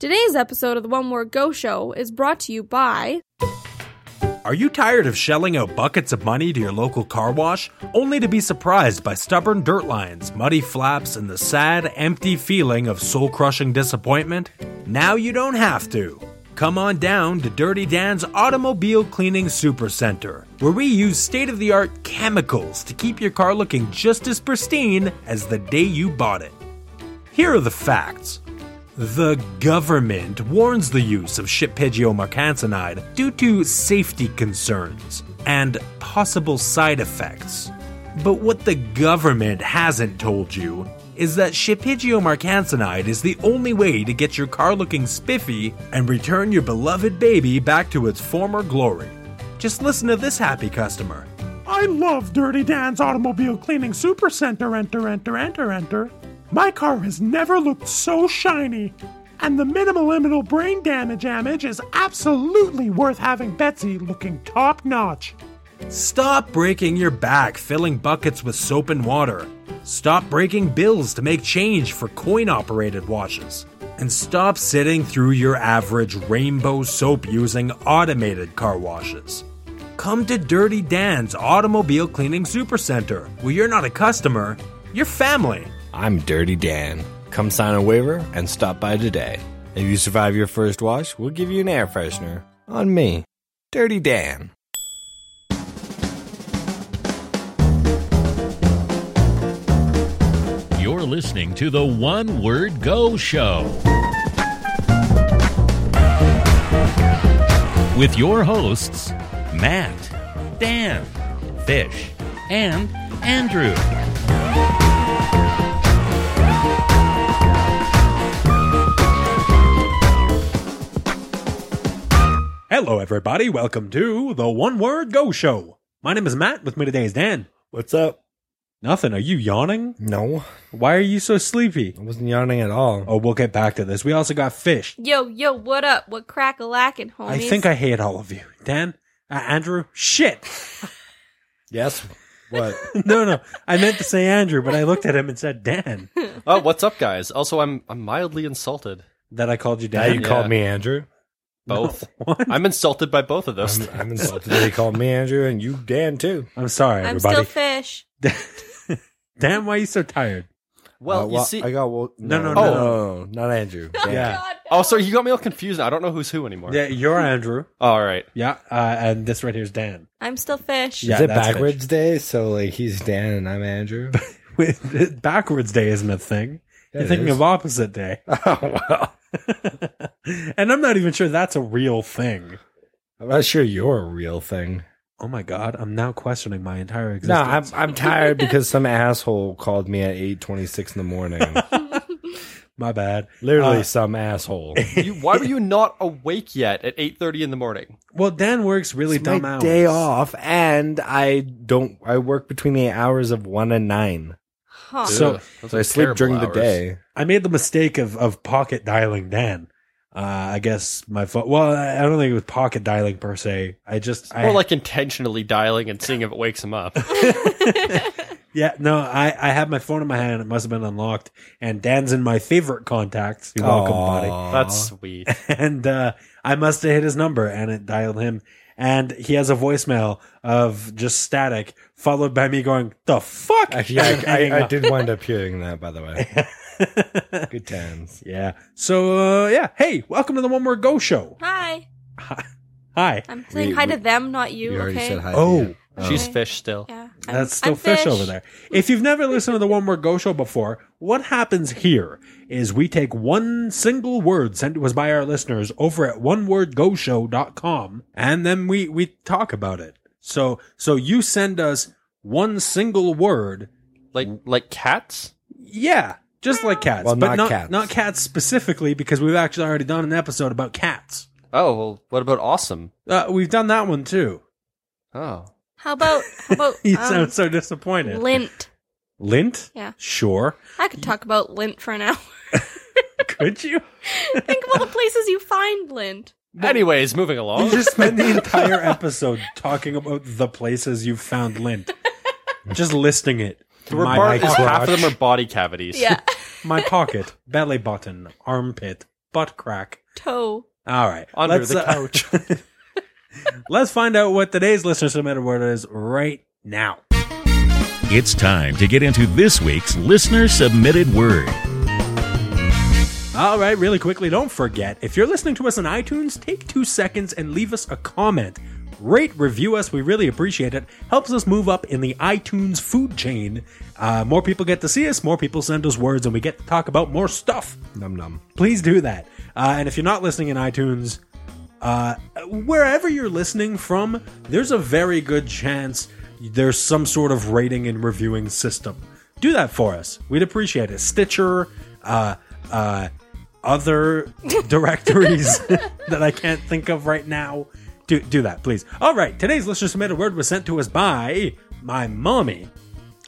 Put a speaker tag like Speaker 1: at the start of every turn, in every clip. Speaker 1: Today's episode of the One More Go Show is brought to you by
Speaker 2: Are you tired of shelling out buckets of money to your local car wash, only to be surprised by stubborn dirt lines, muddy flaps, and the sad, empty feeling of soul crushing disappointment? Now you don't have to. Come on down to Dirty Dan's Automobile Cleaning Supercenter, where we use state of the art chemicals to keep your car looking just as pristine as the day you bought it. Here are the facts. The government warns the use of Shippeggio mercansanide due to safety concerns and possible side effects. But what the government hasn't told you is that Shippeggio mercansanide is the only way to get your car looking spiffy and return your beloved baby back to its former glory. Just listen to this happy customer. I love Dirty Dan's Automobile Cleaning Supercenter. Enter, enter, enter, enter. My car has never looked so shiny. And the minimal liminal brain damage damage is absolutely worth having Betsy looking top notch. Stop breaking your back filling buckets with soap and water. Stop breaking bills to make change for coin operated washes. And stop sitting through your average rainbow soap using automated car washes. Come to Dirty Dan's Automobile Cleaning Supercenter, where you're not a customer, you're family.
Speaker 3: I'm Dirty Dan. Come sign a waiver and stop by today. If you survive your first wash, we'll give you an air freshener. On me, Dirty Dan.
Speaker 4: You're listening to the One Word Go Show with your hosts, Matt, Dan, Fish, and Andrew.
Speaker 2: Hello, everybody. Welcome to the One Word Go Show. My name is Matt. With me today is Dan.
Speaker 3: What's up?
Speaker 2: Nothing. Are you yawning?
Speaker 3: No,
Speaker 2: Why are you so sleepy?
Speaker 3: I wasn't yawning at all.
Speaker 2: Oh, we'll get back to this. We also got fish.
Speaker 1: Yo Yo What Up, What Crack a Lackin', homies.
Speaker 2: I think I hate all of you. Dan, uh, Andrew, shit.
Speaker 3: Yes. What?
Speaker 2: no, no. I meant to say Andrew, but I looked at him and said Dan.
Speaker 5: Oh, what's up, guys? Also, I'm I'm mildly insulted.
Speaker 2: That I called you
Speaker 3: now
Speaker 2: Dan.
Speaker 3: you called me Andrew.
Speaker 5: Both.
Speaker 2: What?
Speaker 5: I'm insulted by both of those.
Speaker 3: I'm, uh, I'm insulted that he called me Andrew and you Dan too.
Speaker 2: I'm sorry,
Speaker 1: I'm still
Speaker 2: everybody.
Speaker 1: fish.
Speaker 2: Dan, why are you so tired?
Speaker 5: well,
Speaker 3: Uh,
Speaker 5: you see.
Speaker 3: I got well,
Speaker 2: No, no,
Speaker 5: no,
Speaker 3: no, not Andrew.
Speaker 1: Oh,
Speaker 2: Yeah.
Speaker 1: God, no.
Speaker 5: oh, sorry, you got me all confused. now. I don't know who's who anymore.
Speaker 2: Yeah, you're Andrew.
Speaker 5: All right.
Speaker 2: Yeah, uh, and this right here is Dan.
Speaker 1: I'm still fish.
Speaker 2: Yeah.
Speaker 3: Is it
Speaker 2: that's Mitch.
Speaker 3: backwards day? So like he's Dan and I'm Andrew.
Speaker 2: Backwards day isn't a thing.
Speaker 3: Yeah,
Speaker 2: You're
Speaker 3: it
Speaker 2: thinking
Speaker 3: is.
Speaker 2: of opposite day.
Speaker 3: Oh wow.
Speaker 2: and I'm not even sure that's a real thing.
Speaker 3: I'm not sure you're a real thing.
Speaker 2: Oh my god, I'm now questioning my entire
Speaker 3: No, I'm,
Speaker 2: existence.
Speaker 3: I'm tired because some asshole called me at eight twenty six in the morning.
Speaker 2: my bad.
Speaker 3: Literally,
Speaker 2: Uh,
Speaker 3: some asshole.
Speaker 5: You, why were you not awake yet at 8:30 in the morning?
Speaker 2: Well, Dan works really
Speaker 3: It's
Speaker 2: dumb
Speaker 3: my
Speaker 2: hours.
Speaker 3: day off, and I don't. I work between the hours of one and nine,
Speaker 1: Huh.
Speaker 2: So-
Speaker 5: Ugh, those
Speaker 3: so
Speaker 5: are
Speaker 3: I sleep
Speaker 5: terrible
Speaker 3: during the
Speaker 5: hours.
Speaker 3: day.
Speaker 2: I made the mistake of of pocket dialing Dan. Uh, I guess my phone. Well, I I don't think it was pocket dialing per se. I just I,
Speaker 5: More like intentionally dialing and seeing if it wakes him up.
Speaker 2: yeah no. I I had my phone in my hand. It must have been unlocked. And Dan's in my favorite contacts. You're welcome, buddy.
Speaker 3: Aw.
Speaker 5: That's sweet.
Speaker 2: And uh, I must have hit his number, and it dialed him. And he has a voicemail of just static, followed by me going, "The fuck."
Speaker 3: actually. I,
Speaker 2: And hanging
Speaker 3: I, I
Speaker 2: up.
Speaker 3: did wind up hearing that, by the way. Good times.
Speaker 2: yeah. So uh, yeah. Hey, welcome to the One More Go Show.
Speaker 1: hi.
Speaker 2: Hi.
Speaker 1: I'm saying
Speaker 3: We-
Speaker 1: hi
Speaker 3: we-
Speaker 1: to them, not you,
Speaker 3: You already
Speaker 1: okay?
Speaker 3: said hi. to
Speaker 2: Oh.
Speaker 3: you.
Speaker 5: She's fish still.
Speaker 1: Yeah. I'm-
Speaker 2: That's still
Speaker 1: I'm
Speaker 2: fish. over there. If you've never listened to the One Word Go Show before, what happens here is we take one single word sent to us by our listeners over at onewordgoshow.com and then we, we talk about it. So, so you send us one single word.
Speaker 5: Like like cats.
Speaker 2: Yeah. Just like cats,
Speaker 3: Well,
Speaker 2: but
Speaker 3: not
Speaker 2: not,
Speaker 3: cats.
Speaker 2: not cats specifically because we've actually already done an episode about cats.
Speaker 5: Oh well, what about awesome?
Speaker 2: Uh, we've done that one too.
Speaker 5: Oh,
Speaker 1: How about, how about
Speaker 2: You
Speaker 1: um,
Speaker 2: sound so disappointed.
Speaker 1: lint?
Speaker 2: Lint?
Speaker 1: Yeah.
Speaker 2: Sure.
Speaker 1: I could talk about lint for an hour.
Speaker 2: Could you?
Speaker 1: Think of all the places you find lint.
Speaker 5: anyways, moving
Speaker 2: We
Speaker 5: along.
Speaker 2: just spent the entire episode talking about the places you found lint. Just listing it. My,
Speaker 3: bar-
Speaker 2: my,
Speaker 5: half of
Speaker 3: crotch.
Speaker 5: them are body cavities.
Speaker 1: Yeah.
Speaker 2: my pocket, belly button, armpit, butt crack.
Speaker 1: Toe.
Speaker 2: All right.
Speaker 5: Under the
Speaker 2: couch. let's find out what today's listener submitted word is right now.
Speaker 4: It's time to get into this week's listener submitted word.
Speaker 2: All right, really quickly, don't forget if you're listening to us on iTunes, take two seconds and leave us a comment. Rate, review us, we really appreciate it. Helps us move up in the iTunes food chain. Uh, more people get to see us, more people send us words, and we get to talk about more stuff.
Speaker 3: Num num.
Speaker 2: Please do that. Uh, and if you're not listening in iTunes, uh, wherever you're listening from, there's a very good chance there's some sort of rating and reviewing system. Do that for us. We'd appreciate it. Stitcher, uh, uh, other directories that I can't think of right now. Do, do that, please. All right. Today's listener submitted word was sent to us by my mommy.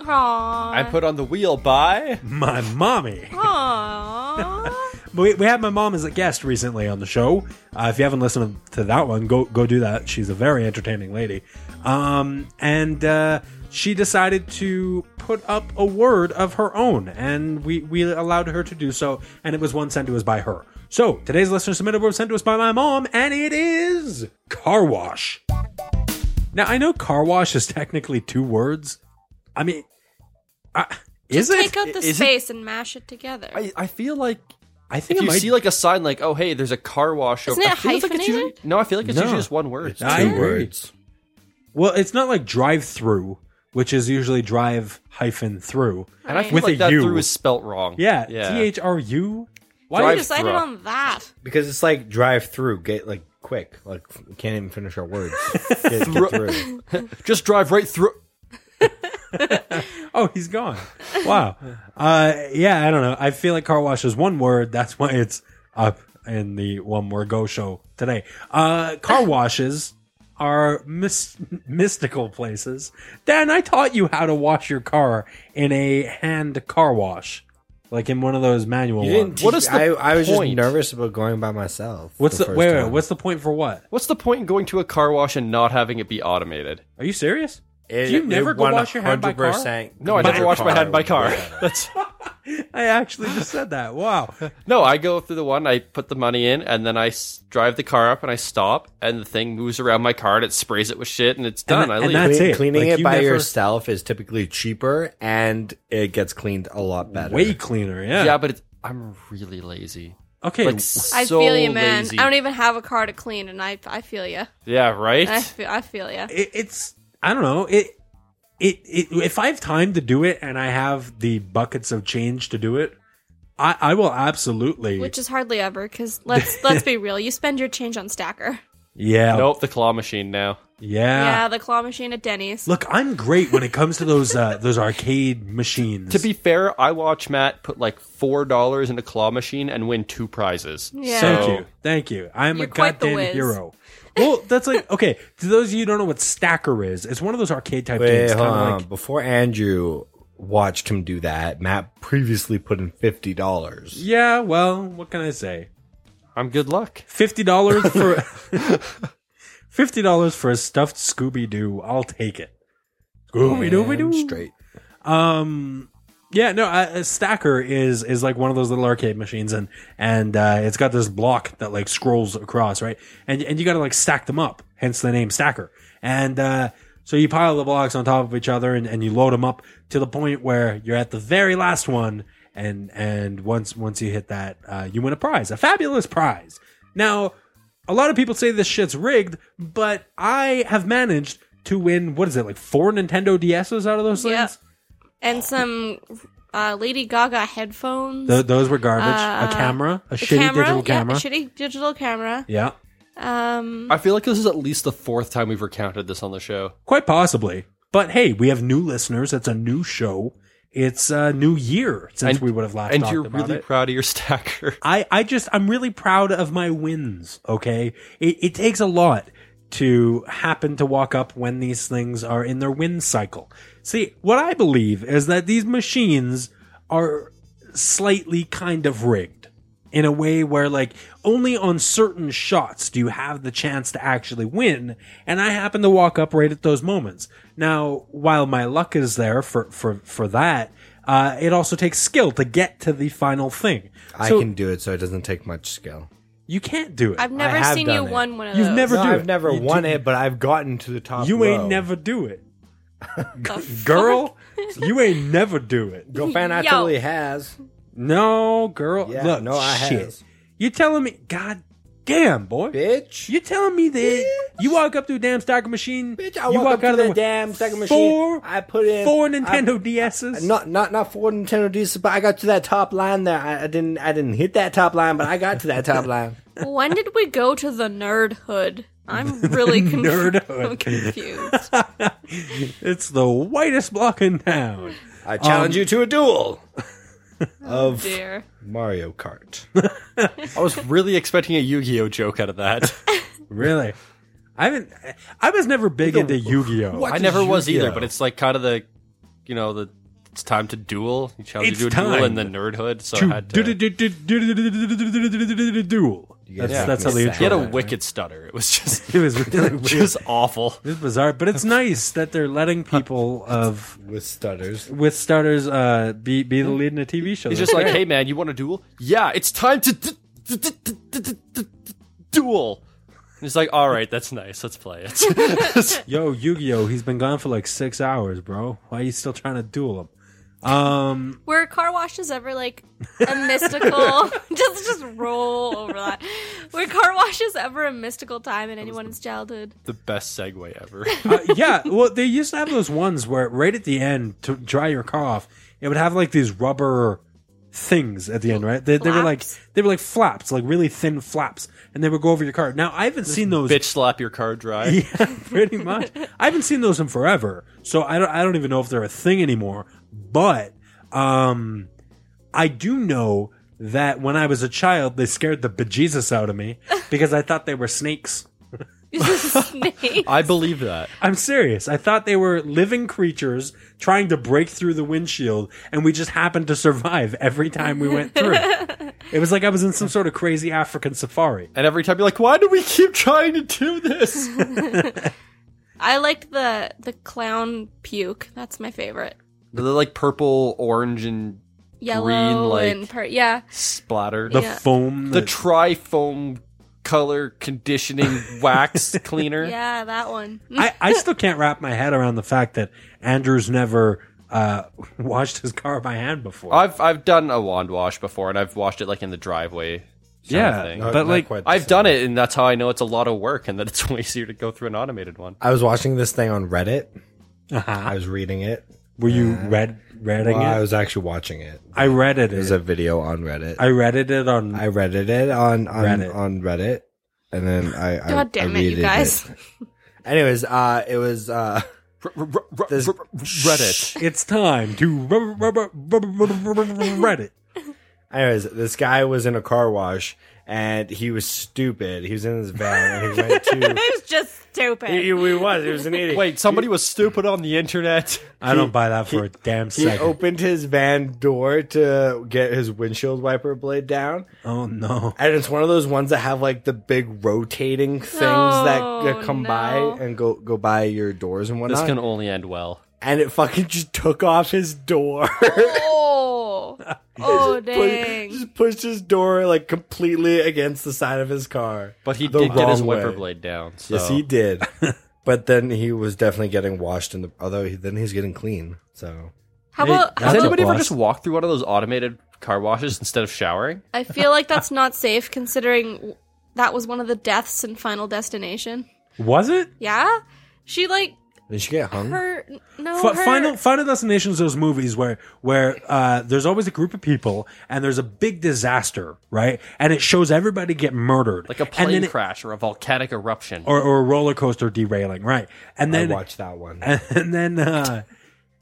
Speaker 1: Aww.
Speaker 5: I put on the wheel by.
Speaker 2: My mommy.
Speaker 1: Aww.
Speaker 2: We, we had my mom as a guest recently on the show. Uh, if you haven't listened to that one, go go do that. She's a very entertaining lady. Um, and uh, she decided to put up a word of her own, and we, we allowed her to do so. And it was one sent to us by her. So today's listener submitted word was sent to us by my mom, and it is car wash. Now I know car wash is technically two words. I mean, I, is it?
Speaker 1: Take out the
Speaker 5: Is it-
Speaker 1: space and mash it together.
Speaker 5: I, I feel like
Speaker 2: I think
Speaker 5: if
Speaker 2: it
Speaker 5: you
Speaker 2: might
Speaker 5: see like a sign like, oh hey, there's a car wash.
Speaker 1: Isn't
Speaker 5: over- I
Speaker 1: it
Speaker 5: feel like it's
Speaker 1: hyphenated?
Speaker 5: usually- no, I feel like it's
Speaker 2: No.
Speaker 5: usually just one word.
Speaker 2: It's I
Speaker 3: Two
Speaker 2: agree.
Speaker 3: words.
Speaker 2: Well, it's not like drive through, which is usually drive hyphen through.
Speaker 5: And I feel
Speaker 2: With a
Speaker 5: like that
Speaker 2: U.
Speaker 5: through is spelt wrong.
Speaker 2: Yeah, T
Speaker 5: yeah.
Speaker 2: H R U.
Speaker 1: Why
Speaker 5: Drive
Speaker 1: you decided
Speaker 5: thru.
Speaker 1: on that?
Speaker 3: Because it's like drive through, get like quick. Like we can't even finish our words. Get- get through.
Speaker 5: Just drive right through.
Speaker 2: Oh, he's gone. Wow. uh, yeah, I don't know. I feel like car wash is one word. That's why it's up in the one word go show today. Uh, car washes are mys- mystical places. Dan, I taught you how to wash your car in a hand car wash, like in one of those manual
Speaker 3: You
Speaker 2: ones.
Speaker 3: didn't
Speaker 5: What
Speaker 3: teach-
Speaker 5: is the
Speaker 3: I, I was just
Speaker 5: point?
Speaker 3: nervous about going by myself.
Speaker 2: What's the,
Speaker 3: first
Speaker 2: wait, wait,
Speaker 3: time.
Speaker 2: what's the point for what?
Speaker 5: What's the point in going to a car wash and not having it be automated?
Speaker 2: Are you serious?
Speaker 3: It-
Speaker 2: Do you
Speaker 3: it
Speaker 2: never go wash your hand by car?
Speaker 3: 100%
Speaker 5: No, I
Speaker 3: by
Speaker 5: never wash my hand by car.
Speaker 3: whatever.
Speaker 5: That's
Speaker 2: I actually just said that. Wow.
Speaker 5: no. I go through the one. I put the money in, and then I s- drive the car up, and I stop, and the thing moves around my car, and it sprays it with shit, and it's done.
Speaker 2: that-
Speaker 5: I
Speaker 2: and
Speaker 5: leave.
Speaker 2: that- That's
Speaker 3: Clean-
Speaker 2: it.
Speaker 3: Cleaning
Speaker 2: Like,
Speaker 3: it
Speaker 2: you
Speaker 3: by
Speaker 2: never-
Speaker 3: yourself is typically cheaper and it gets cleaned a lot better.
Speaker 2: Way cleaner. Yeah.
Speaker 5: yeah. but it's, I'm really lazy.
Speaker 2: Okay.
Speaker 5: Like
Speaker 1: I
Speaker 5: so
Speaker 1: feel you, man.
Speaker 5: lazy.
Speaker 1: I don't e even have a car to clean, and I I feel you.
Speaker 5: Yeah, right.
Speaker 1: I feel I feel you.
Speaker 2: it, it's I don't know it, it it if I have time to do it and I have the buckets of change to do it, I I will absolutely
Speaker 1: Which is hardly ever, because let's let's be real. You spend your change on Stacker.
Speaker 2: yeah
Speaker 5: nope, the claw machine now.
Speaker 2: yeah.
Speaker 1: Yeah, the claw machine at Denny's.
Speaker 2: Look, I'm great when it comes to those uh, those arcade machines.
Speaker 5: To be fair, I watch Matt put like four dollars in a claw machine and win two prizes.
Speaker 1: Yeah.
Speaker 2: Thank you. Thank you. I'm
Speaker 1: You're
Speaker 2: a
Speaker 1: quite the
Speaker 2: goddamn
Speaker 1: whiz.
Speaker 2: hero. Well, that's like okay. To those of you who don't know what Stacker is, it's one of those arcade type
Speaker 3: Wait,
Speaker 2: games.
Speaker 3: hold
Speaker 2: Kind
Speaker 3: on.
Speaker 2: of like
Speaker 3: Before Andrew watched him do that, Matt previously put in fifty dollars.
Speaker 2: yeah. Well, what can I say?
Speaker 5: I'm good luck.
Speaker 2: Fifty dollars for fifty dollars for a stuffed Scooby Doo. I'll take it. Scooby Dooby Doo.
Speaker 3: Straight.
Speaker 2: Um. Yeah. No. A, a stacker is is like one of those little arcade machines, and and uh, it's got this block that like scrolls across, right? And and you got to like stack them up. Hence the name stacker. And uh, so you pile the blocks on top of each other, and, and you load them up to the point where you're at the very last one. And and once once you hit that, uh, you win a prize, a fabulous prize. Now, a lot of people say this shit's rigged, but I have managed to win. What is it like four Nintendo DSs out of those
Speaker 1: Yeah.
Speaker 2: things?
Speaker 1: And some uh, Lady Gaga headphones.
Speaker 2: Th- those were garbage. a
Speaker 1: Uh,
Speaker 2: camera,
Speaker 1: The
Speaker 2: a shitty digital
Speaker 1: yeah,
Speaker 2: camera.
Speaker 1: a shitty digital camera.
Speaker 2: yeah,
Speaker 1: Um,
Speaker 5: I feel like this is at least the fourth time we've recounted this on the show.
Speaker 2: quite possibly. But hey, we have new listeners. It's a new show. It's a new year since
Speaker 5: And-
Speaker 2: we would have last
Speaker 5: and
Speaker 2: talked
Speaker 5: you're
Speaker 2: about
Speaker 5: really
Speaker 2: it.
Speaker 5: proud of your stacker.
Speaker 2: I, I just I'm really proud of my wins. Okay, it, it takes a lot to happen to walk up when these things are in their win cycle. See, what I believe is that these machines are slightly kind of rigged in a way where like only on certain shots do you have the chance to actually win and i happen to walk up right at those moments now while my luck is there for for for that Uh, it also takes skill to get to the final thing.
Speaker 3: I
Speaker 2: So
Speaker 3: can do it, so it doesn't take much skill.
Speaker 2: You can't do it.
Speaker 1: I've never
Speaker 3: have
Speaker 1: seen you
Speaker 3: done it.
Speaker 1: won one of
Speaker 2: You've
Speaker 1: those.
Speaker 2: never-
Speaker 3: No,
Speaker 2: do
Speaker 3: I've
Speaker 2: it.
Speaker 3: never
Speaker 2: You
Speaker 3: won
Speaker 2: do-
Speaker 3: it, but I've gotten to the top.
Speaker 2: you ain't
Speaker 3: row.
Speaker 2: never do it,
Speaker 1: The
Speaker 2: girl. you ain't never do it.
Speaker 3: Girlfriend, I
Speaker 1: Yo.
Speaker 3: totally has.
Speaker 2: No, girl.
Speaker 3: Yeah,
Speaker 2: Look,
Speaker 3: no, I
Speaker 2: shit.
Speaker 3: has.
Speaker 2: You telling me? God damn, boy.
Speaker 3: Bitch.
Speaker 2: You telling me that you walk up to a damn stocking machine?
Speaker 3: Bitch, I
Speaker 2: you
Speaker 3: walk, up
Speaker 2: out
Speaker 3: to
Speaker 2: of
Speaker 3: the
Speaker 2: wa-
Speaker 3: damn second machine.
Speaker 2: Four,
Speaker 3: I put in
Speaker 2: four
Speaker 3: I-
Speaker 2: Nintendo DSs.
Speaker 3: Uh, Not not not four Nintendo DS, but I got to that top line there. I, I didn't I didn't hit that top line, but I got to that top line.
Speaker 1: when did we go to the nerdhood? I'm really conf-
Speaker 2: Nerdhood.
Speaker 1: I'm confused.
Speaker 2: it's the whitest block in town.
Speaker 3: I challenge you to a duel of
Speaker 1: Dear.
Speaker 3: Mario Kart.
Speaker 5: I was really expecting a Yu-Gi-Oh joke out of that.
Speaker 2: Really. I haven't. I was never big into Yu-Gi-Oh.
Speaker 5: I never was either,
Speaker 3: Yu-Gi-Oh?
Speaker 5: but it's like kind of the, you know, the it's time to duel. You challenge
Speaker 2: It's
Speaker 5: you to a duel
Speaker 2: time
Speaker 5: in the nerdhood, so I
Speaker 2: To
Speaker 5: had to.
Speaker 2: duel. That's that's how they
Speaker 5: He had a
Speaker 2: intro. it.
Speaker 5: wicked stutter. It was just
Speaker 2: It was really
Speaker 5: it
Speaker 2: weird.
Speaker 5: was awful.
Speaker 2: It's bizarre, but it's nice that they're letting people of
Speaker 3: with stutters.
Speaker 2: with starters uh, be be the lead in a TV show.
Speaker 5: Hmm.
Speaker 2: That's
Speaker 5: He's just like,
Speaker 2: great.
Speaker 5: hey man, you want a duel? Yeah, it's time to d- d- d- d- d- d- d- d- duel. And he's like, all right, that's nice. Let's play it.
Speaker 2: Yo, Yu-Gi-Oh! He's been gone for like six hours, bro. Why are you still trying to duel him? Um,
Speaker 1: Were car washes ever like a mystical? just just roll over that. Were car washes ever a mystical time in anyone's childhood?
Speaker 5: the best segue ever.
Speaker 2: uh, yeah. Well, they used to have those ones where right at the end to dry your car off, it would have like these rubber things at the end, right? They, they were like
Speaker 1: Flaps?
Speaker 2: they were like flaps, like really thin flaps, and they would go over your car. Now I haven't seen those.
Speaker 5: Bitch slap your car dry.
Speaker 2: Yeah, pretty much. I haven't seen those in forever, so I don't. I don't even know if they're a thing anymore. But um, I do know that when I was a child, they scared the bejesus out of me because I thought they were snakes.
Speaker 1: Snake.
Speaker 5: I believe that.
Speaker 2: I'm serious. I thought they were living creatures trying to break through the windshield, and we just happened to survive every time we went through. it was like I was in some sort of crazy African safari.
Speaker 5: And every time you're like, why do we keep trying to do this?
Speaker 1: I liked the the clown puke. That's my favorite.
Speaker 5: They're like purple, orange, and
Speaker 1: Yellow
Speaker 5: Green, like-
Speaker 1: and per- yeah.
Speaker 5: splatter.
Speaker 2: The
Speaker 5: The,
Speaker 1: Yeah.
Speaker 2: foam.
Speaker 5: the
Speaker 2: that-
Speaker 5: tri foam color conditioning wax cleaner.
Speaker 1: Yeah, that one. Mm.
Speaker 2: I, I still can't wrap my head around the fact that Andrew's never uh, washed his car by hand before.
Speaker 5: I've I've done a wand wash before, and I've washed it like in the driveway. sort of thing.
Speaker 3: Not-
Speaker 2: but
Speaker 3: not
Speaker 2: like,
Speaker 3: quite the
Speaker 5: I've
Speaker 3: same.
Speaker 5: done it, and that's how I know it's a lot of work, and that it's way easier to go through an automated one.
Speaker 3: I was watching this thing on Reddit.
Speaker 2: uh
Speaker 3: I was reading it.
Speaker 2: were you read reading
Speaker 3: Well, I
Speaker 2: it?
Speaker 3: was actually watching it.
Speaker 2: I read it.
Speaker 3: There's a video on Reddit.
Speaker 2: I read it on.
Speaker 3: I reddit it on on
Speaker 2: Reddit.
Speaker 3: Reddit. on Reddit, and then I I-
Speaker 1: God
Speaker 3: I
Speaker 1: damn it, you
Speaker 3: readed
Speaker 1: guys.
Speaker 3: it. Anyways, uh, it was uh, There's-
Speaker 5: Reddit.
Speaker 2: it's time to r- r- r- Reddit.
Speaker 3: anyways this guy was in a car wash and he was stupid. He was in his van and he went to.
Speaker 1: it was just stupid.
Speaker 3: he, he was. He was an idiot.
Speaker 5: Wait, somebody was stupid on the internet.
Speaker 2: I don't buy that for a damn
Speaker 3: He
Speaker 2: second.
Speaker 3: opened his van door to get his windshield wiper blade down,
Speaker 2: oh no!
Speaker 3: and it's one of those ones that have like the big rotating things that, that come
Speaker 1: Oh, no.
Speaker 3: by and go go by your doors and
Speaker 5: This
Speaker 3: whatnot.
Speaker 5: can only end well.
Speaker 3: and it fucking just took off his door.
Speaker 1: Oh, oh
Speaker 3: Push-
Speaker 1: dang!
Speaker 3: just pushed his door like completely against the side of his car.
Speaker 5: But he
Speaker 3: The
Speaker 5: did get his
Speaker 3: wrong
Speaker 5: wiper
Speaker 3: way.
Speaker 5: blade down. So.
Speaker 3: Yes, he did. but then he was definitely getting washed, in the, although he, then he's getting clean. So
Speaker 1: How
Speaker 2: Hey,
Speaker 1: about?
Speaker 2: that's
Speaker 1: How
Speaker 5: Has
Speaker 2: a
Speaker 1: about
Speaker 5: anybody ever
Speaker 2: boss.
Speaker 5: just walked through one of those automated car washes instead of showering?
Speaker 1: I feel like that's not safe, considering w- that was one of the deaths in Final Destination.
Speaker 2: Was it?
Speaker 1: Yeah, she like
Speaker 3: did she get hung?
Speaker 1: her no
Speaker 2: F-
Speaker 1: her,
Speaker 2: Final Final Destinations, those movies where where uh, there's always a group of people and there's a big disaster, right? And it shows everybody get murdered,
Speaker 5: Like a
Speaker 2: And then
Speaker 5: plane
Speaker 2: it-
Speaker 5: crash or a volcanic eruption.
Speaker 2: or, or a roller coaster derailing, right? And
Speaker 3: I
Speaker 2: then
Speaker 3: watched that one.
Speaker 2: and then uh,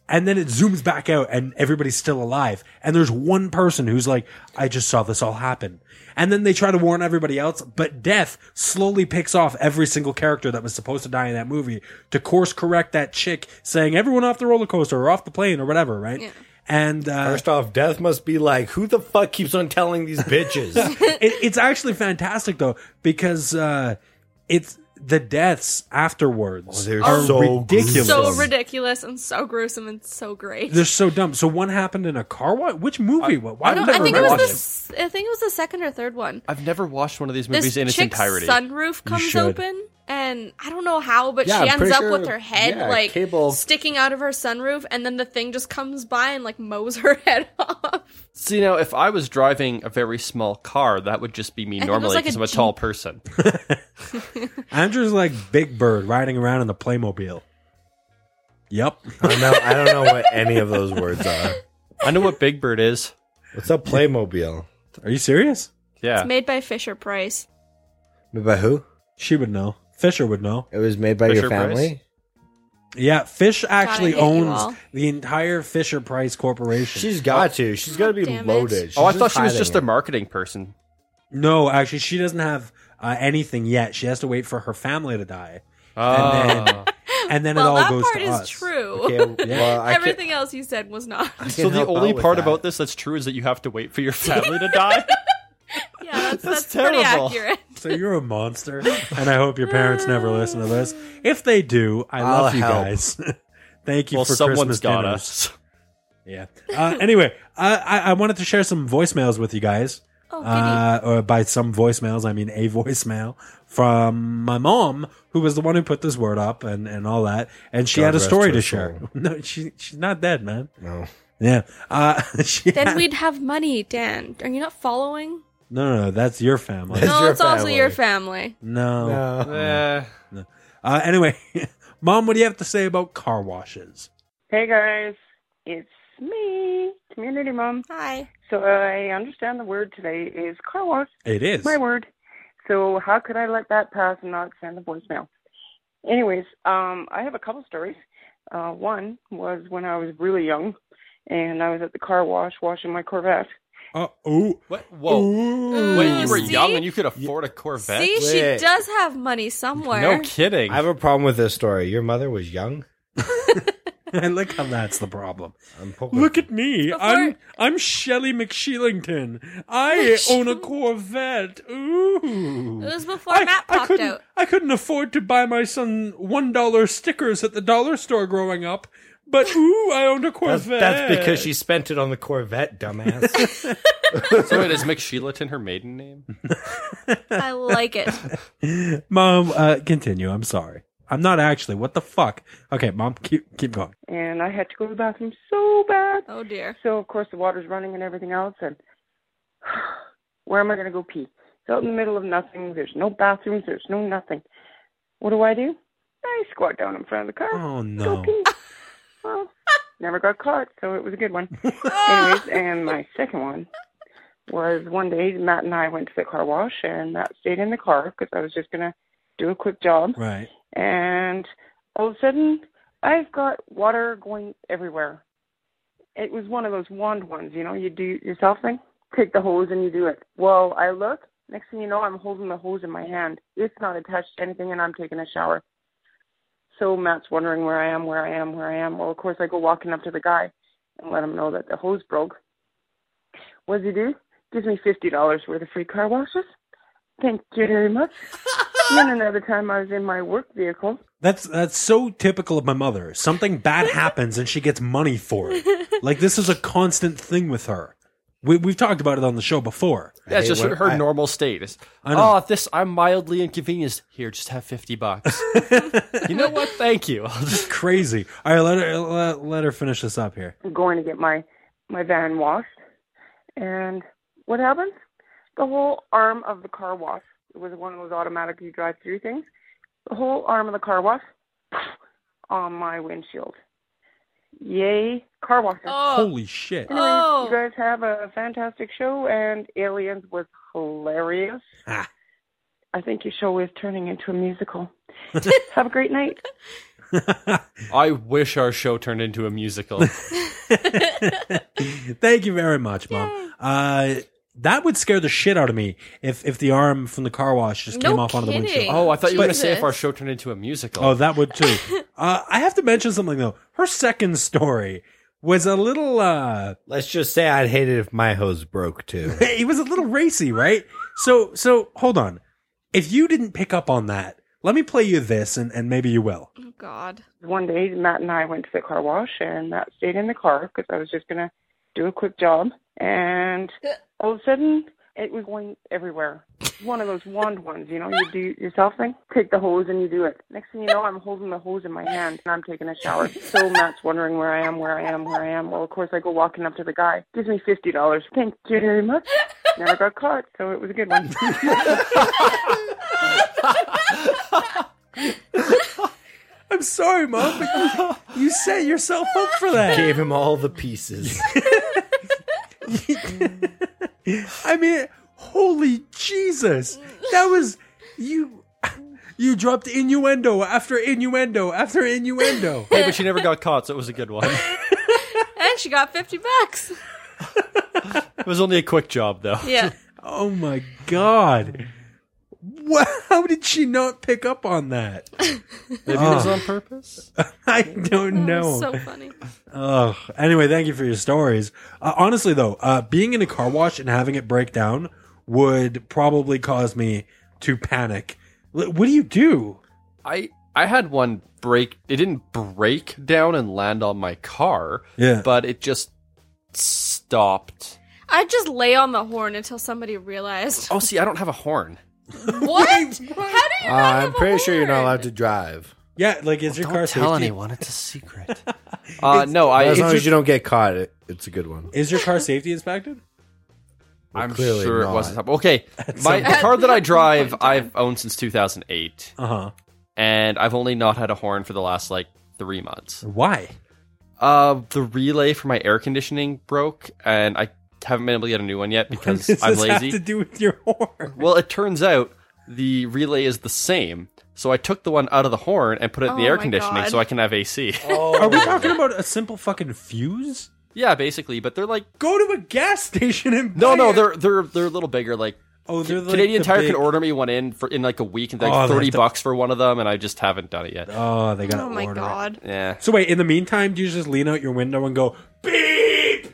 Speaker 2: and then it zooms back out, and everybody's still alive. And there's one person who's like, "I just saw this all happen." And then they try to warn everybody else, but death slowly picks off every single character that was supposed to die in that movie to course correct that chick saying, "Everyone off the roller coaster or off the plane or whatever," right? And uh,
Speaker 3: First off, death must be like, who the fuck keeps on telling these bitches?
Speaker 2: it, it's actually fantastic though because uh, it's the deaths afterwards
Speaker 3: Oh, they're
Speaker 2: are
Speaker 3: so
Speaker 2: ridiculous.
Speaker 1: so
Speaker 3: Ridiculous.
Speaker 1: ridiculous and so gruesome and so great.
Speaker 2: They're so dumb. So one happened in a car. What? Which movie? What? Why
Speaker 1: I, don't,
Speaker 2: did
Speaker 1: I think it was the.
Speaker 2: remember watching
Speaker 1: s- I think it was the second or third one.
Speaker 5: I've never watched one of these
Speaker 1: This
Speaker 5: movies in its
Speaker 1: chick's
Speaker 5: entirety.
Speaker 1: sunroof comes
Speaker 2: should.
Speaker 1: open, and I don't know how, but
Speaker 3: Yeah, I'm
Speaker 1: she ends
Speaker 3: pretty
Speaker 1: up
Speaker 3: sure-
Speaker 1: with her head
Speaker 3: yeah,
Speaker 1: like
Speaker 3: cable-
Speaker 1: sticking out of her sunroof, and then the thing just comes by and like mows her head off.
Speaker 5: So you know, if I was driving a very small car, that would just be me
Speaker 1: think it was
Speaker 5: normally
Speaker 1: like a
Speaker 5: because I'm a
Speaker 1: Jeep.
Speaker 5: tall person.
Speaker 2: Andrew's like Big Bird riding around in the Playmobil. Yep.
Speaker 3: I know. I don't know what any of those words are.
Speaker 5: I know what Big Bird is.
Speaker 3: What's up, Playmobil?
Speaker 2: Are you serious?
Speaker 5: Yeah,
Speaker 1: It's made by Fisher Price.
Speaker 3: Made by who?
Speaker 2: She would know. Fisher would know.
Speaker 3: It was made by
Speaker 5: Fisher
Speaker 3: your family.
Speaker 2: Yeah, Fish actually
Speaker 1: I hate you
Speaker 2: owns
Speaker 1: all.
Speaker 2: the entire Fisher Price Corporation.
Speaker 3: She's got to. She's got to be
Speaker 1: Damn it.
Speaker 3: loaded. She's
Speaker 5: oh, I thought she was
Speaker 3: hiding
Speaker 5: just
Speaker 3: it.
Speaker 5: a marketing person.
Speaker 2: no, actually, she doesn't have uh, anything yet. She has to wait for her family to die,
Speaker 5: Oh.
Speaker 2: then- and then
Speaker 1: well,
Speaker 2: it all
Speaker 1: that
Speaker 2: goes
Speaker 1: part
Speaker 2: to
Speaker 1: is
Speaker 2: us.
Speaker 1: true.
Speaker 3: Okay, well, I can't-
Speaker 1: Everything else you said was not.
Speaker 3: I can't
Speaker 5: so the
Speaker 3: help
Speaker 5: only
Speaker 3: out with
Speaker 5: part
Speaker 3: that.
Speaker 5: about this that's true is that you have to wait for your family to die.
Speaker 1: Yeah, that's,
Speaker 5: That's
Speaker 1: that's, pretty
Speaker 5: terrible.
Speaker 1: accurate.
Speaker 2: So you're a monster, and I hope your parents never listen to this. If they do, I
Speaker 3: I'll
Speaker 2: love you
Speaker 3: help.
Speaker 2: guys. Thank you
Speaker 5: well,
Speaker 2: for
Speaker 5: someone's
Speaker 2: Christmas
Speaker 5: got
Speaker 2: dinners.
Speaker 5: us.
Speaker 2: Yeah. Uh, anyway, I, I I wanted to share some voicemails with you guys.
Speaker 1: Oh, goody.
Speaker 2: uh, or by some voicemails, I mean a voicemail from my mom, who was the one who put this word up and, and all that. And she
Speaker 3: God
Speaker 2: had a
Speaker 3: rest
Speaker 2: story
Speaker 3: her
Speaker 2: to share.
Speaker 3: soul.
Speaker 2: No, she she's not dead, man.
Speaker 3: No.
Speaker 2: Yeah. Uh, she
Speaker 1: then
Speaker 2: had-
Speaker 1: we'd have money, Dan. Are you not following?
Speaker 2: no, no, no, that's your family.
Speaker 3: That's
Speaker 1: no,
Speaker 3: your
Speaker 1: it's also
Speaker 3: family.
Speaker 1: your family.
Speaker 2: No.
Speaker 3: No.
Speaker 5: Eh.
Speaker 2: Uh, anyway, mom, what do you have to say about car washes?
Speaker 6: Hey guys, it's me, Community Mom.
Speaker 1: Hi.
Speaker 6: So I understand the word today is car wash,
Speaker 2: It is.
Speaker 6: my word. So how could I let that pass and not send a voicemail? Anyways, um, I have a couple stories. Uh, one was when I was really young, and I was at the car wash washing my Corvette.
Speaker 2: Uh, ooh.
Speaker 5: What? Whoa.
Speaker 2: Ooh.
Speaker 5: Wait, you were
Speaker 1: See?
Speaker 5: young and you could afford a Corvette?
Speaker 1: See,
Speaker 3: Wait.
Speaker 1: she does have money somewhere.
Speaker 5: No kidding.
Speaker 3: I have a problem with this story. Your mother was young.
Speaker 2: I like how that's the problem.
Speaker 3: I'm poking.
Speaker 2: Look at me.
Speaker 1: Before-
Speaker 2: I'm I'm Shelly McSheelington. I own a Corvette. Ooh.
Speaker 1: It was before Matt
Speaker 2: I
Speaker 1: popped
Speaker 2: couldn't,
Speaker 1: out.
Speaker 2: I couldn't afford to buy my son one dollar stickers at the dollar store growing up, but ooh, I owned a
Speaker 3: That's,
Speaker 2: Corvette.
Speaker 3: that's because she spent it on the Corvette, dumbass.
Speaker 5: so wait, is McSheelaton her maiden name?
Speaker 1: I like it.
Speaker 2: Mom, uh, continue. I'm sorry. I'm not actually. What the fuck? Okay, mom, keep keep going.
Speaker 6: And I had to go to the bathroom so bad.
Speaker 1: Oh dear.
Speaker 6: So of course the water's running and everything else, and where am I going to go pee? It's out in the middle of nothing. There's no bathrooms. There's no nothing. What do I do? I squat down in front of the car.
Speaker 2: Oh
Speaker 6: Go
Speaker 2: no.
Speaker 6: pee. well, never got caught, so it was a good one. Anyways, and my second one was one day Matt and I went to the car wash, and Matt stayed in the car because I was just going to do a quick job
Speaker 2: Right.
Speaker 6: and all of a sudden I've got water going everywhere. It was one of those wand ones, you know, you do it yourself thing. Take the hose and you do it. Well, I look, next thing you know I'm holding the hose in my hand. It's not attached to anything and I'm taking a shower. So Matt's wondering where I am, where I am, where I am. Well of course I go walking up to the guy and let him know that the hose broke. What does he do? Gives me fifty dollars worth of free car washes. Thank you very much. And then another time I was in my work vehicle
Speaker 2: That's that's so typical of my mother. Something bad happens and she gets money for it. Like this is a constant thing with her. We, we've talked about it on the show before.
Speaker 5: That's just
Speaker 3: when
Speaker 5: her, her
Speaker 3: I-
Speaker 5: normal state. It's,
Speaker 2: I know.
Speaker 5: Oh, this I'm mildly inconvenienced. Here, just have fifty bucks. you know what? Thank you. I'll just-
Speaker 2: Crazy. All right, let her let, let her finish this up here.
Speaker 6: going to get my my van washed and what happens the whole arm of the car wash it was one of those automatic you drive through things the whole arm of the car wash on my windshield yay car washes
Speaker 1: Oh.
Speaker 2: Holy shit.
Speaker 6: Anyways,
Speaker 1: Oh.
Speaker 6: you guys have a fantastic show and aliens was hilarious
Speaker 2: Ah.
Speaker 6: i think your show is turning into a musical have a great night
Speaker 5: I wish our show turned into a musical.
Speaker 2: Thank you very much, mom. Uh, that would scare the shit out of me if if the arm from the car wash just
Speaker 1: No
Speaker 2: came off onto the
Speaker 1: kidding.
Speaker 2: windshield.
Speaker 5: Oh, I thought you were going to say
Speaker 1: Jesus.
Speaker 5: if our show turned into a musical.
Speaker 2: Oh, that would too. uh, I have to mention something though. Her second story was a little. uh
Speaker 3: Let's just say I'd hate it if my hose broke too.
Speaker 2: it was a little racy, right? So so hold on. If you didn't pick up on that, Let me play you this, and, and maybe you will.
Speaker 1: Oh, God.
Speaker 6: One day, Matt and I went to the car wash, and Matt stayed in the car because I was just gonna do a quick job. And all of a sudden, it was going everywhere. One of those wand ones, you know, you do yourself thing. Take the hose and you do it. Next thing you know, I'm holding the hose in my hand and I'm taking a shower. So Matt's wondering where I am, where I am, where I am. Well, of course, I go walking up to the guy. Gives me fifty dollars. Thank you very much. Never got caught, so it was a good one.
Speaker 2: I'm sorry, Mom, but you, you set yourself up for that.
Speaker 3: Gave him all the pieces.
Speaker 2: I mean, holy Jesus. That was you you dropped innuendo after innuendo after innuendo.
Speaker 5: Hey, but she never got caught, so it was a good one.
Speaker 1: And she got 50 bucks.
Speaker 5: It was only a quick job, though.
Speaker 1: Yeah.
Speaker 2: Oh my god. What, how did she not pick up on that? Uh.
Speaker 5: Maybe it was on purpose.
Speaker 2: I don't know.
Speaker 1: So funny.
Speaker 2: Ugh. Anyway, thank you for your stories. Uh, honestly, though, uh, being in a car wash and having it break down would probably cause me to panic. L- What do you do?
Speaker 5: I I had one break. It didn't break down and land on my car.
Speaker 2: Yeah.
Speaker 5: but it just stopped.
Speaker 1: I'd just lay on the horn until somebody realized.
Speaker 5: Oh, see, I don't have a horn.
Speaker 1: What? How do you
Speaker 3: Uh,
Speaker 1: not have
Speaker 3: I'm
Speaker 1: a
Speaker 3: pretty sure you're not
Speaker 1: horn?
Speaker 3: allowed to drive.
Speaker 2: Yeah, like is your car safety?
Speaker 5: It's a secret. uh, no, I.
Speaker 3: as long
Speaker 5: it's
Speaker 3: as you don't get caught, it, it's a good one.
Speaker 2: Is your car safety inspected?
Speaker 5: I'm
Speaker 3: Clearly
Speaker 5: sure
Speaker 3: not.
Speaker 5: it wasn't. Okay, my
Speaker 2: some
Speaker 5: the car that I drive, I've owned since 2008,
Speaker 2: Uh huh.
Speaker 5: and I've only not had a horn for the last like three months.
Speaker 2: Why?
Speaker 5: Uh, the relay for my air conditioning broke, and I haven't been able to get a new one yet because
Speaker 2: Does
Speaker 5: I'm
Speaker 2: this have
Speaker 5: lazy.
Speaker 2: to do with your horn?
Speaker 5: Well, it turns out the relay is the same. So I took the one out of the horn and put it in the
Speaker 1: Oh
Speaker 5: air
Speaker 1: my
Speaker 5: conditioning
Speaker 1: God.
Speaker 5: so I can have AC.
Speaker 2: Are we talking about a simple fucking fuse?
Speaker 5: yeah, basically, but they're like
Speaker 2: Go to a gas station and
Speaker 5: No,
Speaker 2: buy
Speaker 5: no,
Speaker 2: it.
Speaker 5: they're they're they're a little bigger like
Speaker 2: oh they're like
Speaker 5: Canadian
Speaker 2: the
Speaker 5: Tire
Speaker 2: big-
Speaker 5: can order me one in for in like a week and they're
Speaker 2: Oh,
Speaker 5: like
Speaker 2: they
Speaker 5: thirty
Speaker 2: have to-
Speaker 5: bucks for one of them and I just haven't done it yet.
Speaker 2: Oh, they gotta
Speaker 1: Oh my
Speaker 2: order it.
Speaker 1: god.
Speaker 5: Yeah.
Speaker 2: So wait, in the meantime, do you just lean out your window and go beep?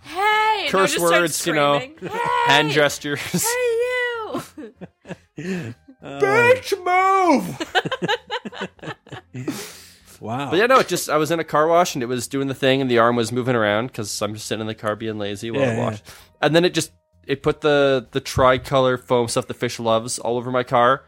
Speaker 1: Hey! and I
Speaker 5: Curse
Speaker 1: just start
Speaker 5: words, you know.
Speaker 1: screaming,
Speaker 5: Hand
Speaker 1: "Hey!
Speaker 5: gestures.
Speaker 1: Hey, you!
Speaker 3: Bitch, move!
Speaker 2: Wow.
Speaker 5: But yeah, no, it just I was in a car wash and it was doing the thing and the arm was moving around because I'm just sitting in the car being lazy while
Speaker 2: Yeah,
Speaker 5: I
Speaker 2: yeah.
Speaker 5: wash. And then it just it put the the tricolor foam stuff the fish loves all over my car,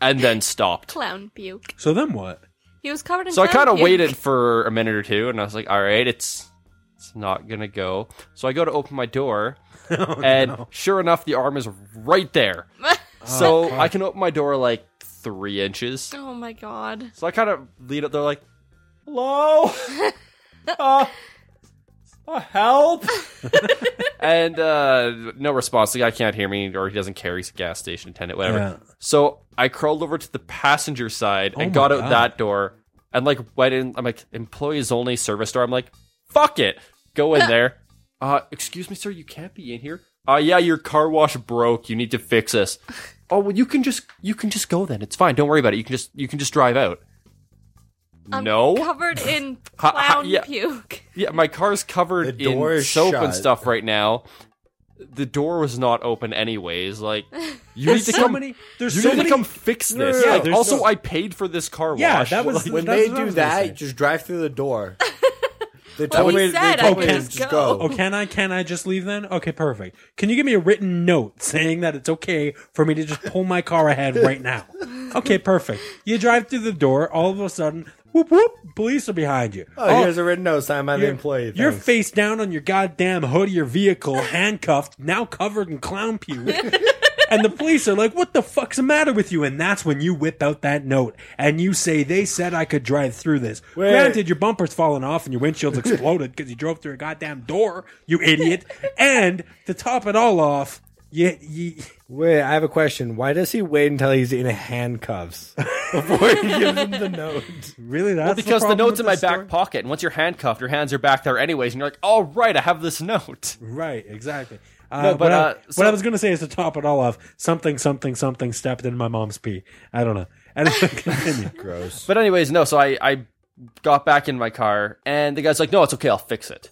Speaker 5: and then stopped.
Speaker 1: Clown puke.
Speaker 2: So then what?
Speaker 1: He was covered in
Speaker 5: So I
Speaker 1: clown
Speaker 5: kind of
Speaker 1: puke.
Speaker 5: waited for a minute or two, and I was like, "All right, it's it's not gonna go." So I go to open my door,
Speaker 2: Oh,
Speaker 5: and sure enough, the arm is right there.
Speaker 2: Oh,
Speaker 5: so I can open my door like three inches.
Speaker 1: Oh my god.
Speaker 5: So I kind of lead up. They're like, "Hello, uh, uh, help!" and uh, no response. The guy can't hear me, or he doesn't care. He's a gas station attendant, whatever.
Speaker 2: Yeah.
Speaker 5: So I crawled over to the passenger side
Speaker 2: Oh
Speaker 5: and
Speaker 2: my
Speaker 5: got out
Speaker 2: God.
Speaker 5: that door, and like went in. I'm like, "Employees only service door." I'm like, "Fuck it, go in there." Uh, excuse me, sir, you can't be in here. Uh, yeah, your car wash broke. You need to fix this. Oh, well, you can just you can just go then. It's fine. Don't worry about it. You can just you can just drive out.
Speaker 1: I'm
Speaker 5: no,
Speaker 1: Covered in
Speaker 5: Ha- ha-
Speaker 1: clown
Speaker 5: yeah.
Speaker 1: puke.
Speaker 5: yeah, my car's covered
Speaker 3: The door
Speaker 5: in
Speaker 3: is
Speaker 5: soap
Speaker 3: shut.
Speaker 5: and stuff right now. The door was not open anyways. Like you need
Speaker 2: There's
Speaker 5: to
Speaker 2: so
Speaker 5: come.
Speaker 2: many. There's
Speaker 5: you
Speaker 2: so
Speaker 5: need
Speaker 2: many.
Speaker 5: to come fix
Speaker 2: No, no,
Speaker 5: this.
Speaker 2: no, no,
Speaker 5: Like,
Speaker 2: there's
Speaker 5: also,
Speaker 2: no-
Speaker 5: I paid for this car
Speaker 2: Yeah,
Speaker 5: wash.
Speaker 2: that was-
Speaker 5: Like,
Speaker 3: When
Speaker 2: That's
Speaker 3: they
Speaker 2: what I
Speaker 3: do
Speaker 2: was gonna
Speaker 3: that,
Speaker 2: say.
Speaker 3: just drive through the door. They
Speaker 1: Well,
Speaker 3: told
Speaker 1: he
Speaker 3: me, they
Speaker 1: said I
Speaker 3: told
Speaker 2: could
Speaker 3: me to
Speaker 2: just
Speaker 3: just
Speaker 1: go.
Speaker 3: go.
Speaker 2: oh, can I? Can I just leave then? Okay, perfect. Can you give me a written note saying that it's okay for me to just pull my car ahead right now? Okay, perfect. You drive through the door. All of a sudden, whoop whoop! Police are behind you.
Speaker 3: Oh, here's a written note signed by the
Speaker 2: You're-
Speaker 3: employee.
Speaker 2: You're
Speaker 3: thanks.
Speaker 2: face down on your goddamn hood of your vehicle, handcuffed, now covered in clown puke. and the police are like, what the fuck's the matter with you? And that's when you whip out that note and you say, they said I could drive through this.
Speaker 3: Wait.
Speaker 2: Granted, your bumper's fallen off and your windshield's exploded because you drove through a goddamn door, you idiot. and to top it all off, you, you,
Speaker 3: Wait, I have a question. Why does he wait until he's in handcuffs before he gives him the note?
Speaker 2: really that's the
Speaker 5: because the,
Speaker 2: problem
Speaker 5: note's in
Speaker 2: with
Speaker 5: my
Speaker 2: this story?
Speaker 5: back pocket, and once you're handcuffed, your hands are back there anyways, and you're like, "All right, I have this note."
Speaker 2: Right, exactly. Uh,
Speaker 5: No, but,
Speaker 2: what, I,
Speaker 5: uh,
Speaker 2: what
Speaker 5: so-
Speaker 2: I was going to say is to top it all off, something, something, something stepped in my mom's pee. I don't know. Anyway, continue.
Speaker 3: Gross.
Speaker 5: But anyways, no. So I I got back in my car, and the guy's like, "No, it's okay. I'll fix it."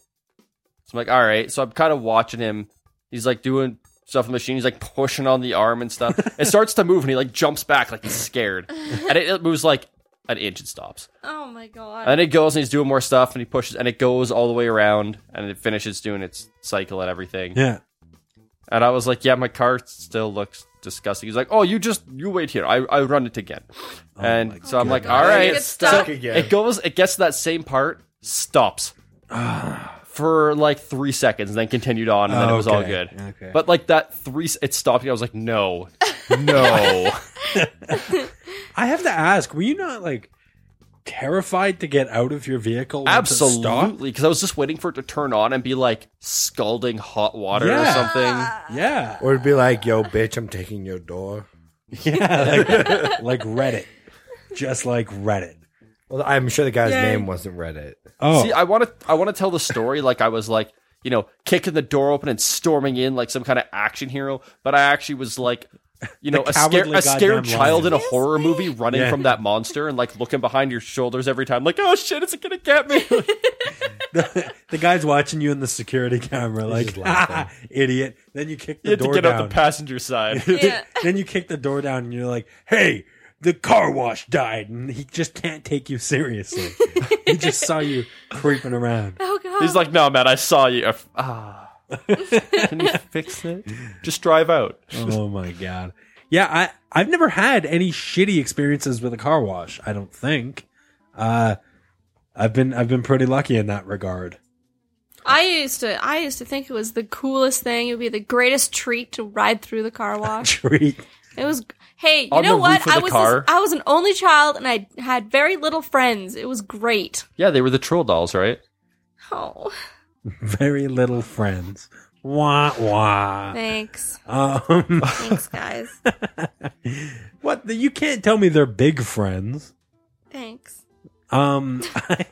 Speaker 5: So I'm like, "All right." So I'm kind of watching him. He's like doing stuff in the machine. He's like pushing on the arm and stuff. it starts to move and he like jumps back like he's scared. And it, it moves like an inch and stops.
Speaker 1: Oh my god.
Speaker 5: And it goes and he's doing more stuff and he pushes and it goes all the way around and it finishes doing its cycle and everything.
Speaker 2: Yeah.
Speaker 5: And I was like, yeah, my car still looks disgusting. He's like, oh, you just, you wait here. I, I run it again.
Speaker 2: Oh
Speaker 5: and so I'm like, all
Speaker 1: God.
Speaker 5: right.
Speaker 1: It gets stuck
Speaker 5: So
Speaker 3: again.
Speaker 5: It goes, it gets to that same part, stops for like three seconds, and then continued on, and then it was all
Speaker 2: Okay.
Speaker 5: good.
Speaker 2: Okay.
Speaker 5: But like that three, s- it stopped. And I was like, no, no.
Speaker 2: I have to ask, were you not like terrified to get out of your vehicle? once it stopped?
Speaker 5: Absolutely. Because I was just waiting for it to turn on and be like scalding hot water
Speaker 2: Yeah.
Speaker 5: or something.
Speaker 2: Yeah.
Speaker 3: Or it'd be like, yo, bitch, I'm taking your door.
Speaker 2: Yeah. Like, like Reddit. Just like Reddit.
Speaker 3: Well, I'm sure the guy's
Speaker 1: Yay.
Speaker 3: name wasn't Reddit.
Speaker 2: Oh.
Speaker 5: See, I want to I want to tell the story like I was like, you know, kicking the door open and storming in like some kind of action hero, but I actually was like, you know, a, scare,
Speaker 2: cowardly
Speaker 5: a scared
Speaker 2: goddamn
Speaker 5: child in a
Speaker 2: lion.
Speaker 5: horror movie running
Speaker 2: Yeah.
Speaker 5: from that monster and like looking behind your shoulders every time, like, oh shit, it's gonna get me.
Speaker 2: the guy's watching you in the security camera, like,
Speaker 3: just laughing.
Speaker 2: idiot. Then you kick the
Speaker 5: you had to
Speaker 2: door
Speaker 5: get
Speaker 2: down.
Speaker 5: out the passenger side.
Speaker 1: Yeah.
Speaker 2: then you kick the door down and you're like, hey, the car wash died. And he just can't take you seriously. he just saw you creeping around.
Speaker 1: Oh god.
Speaker 5: He's like, no, man, I saw you. I f- Ah. Can you fix it? Just drive out.
Speaker 2: Oh my God. Yeah, I, I've never had any shitty experiences with a car wash, I don't think. Uh, I've been I've been pretty lucky in that regard.
Speaker 1: I used to I used to think it was the coolest thing. It would be the greatest treat to ride through the car wash.
Speaker 2: Treat.
Speaker 1: It was Hey, you
Speaker 5: On
Speaker 1: know
Speaker 5: the
Speaker 1: what?
Speaker 5: roof of
Speaker 1: I
Speaker 5: the
Speaker 1: was
Speaker 5: car?
Speaker 1: I was an only child and I had very little friends. It was great.
Speaker 5: Yeah, they were the troll dolls, right?
Speaker 1: Oh,
Speaker 2: Very little friends. Wah wah.
Speaker 1: thanks.
Speaker 2: Um,
Speaker 1: Thanks guys.
Speaker 2: what the, you can't tell me they're big friends.
Speaker 1: Thanks.
Speaker 2: Um, I,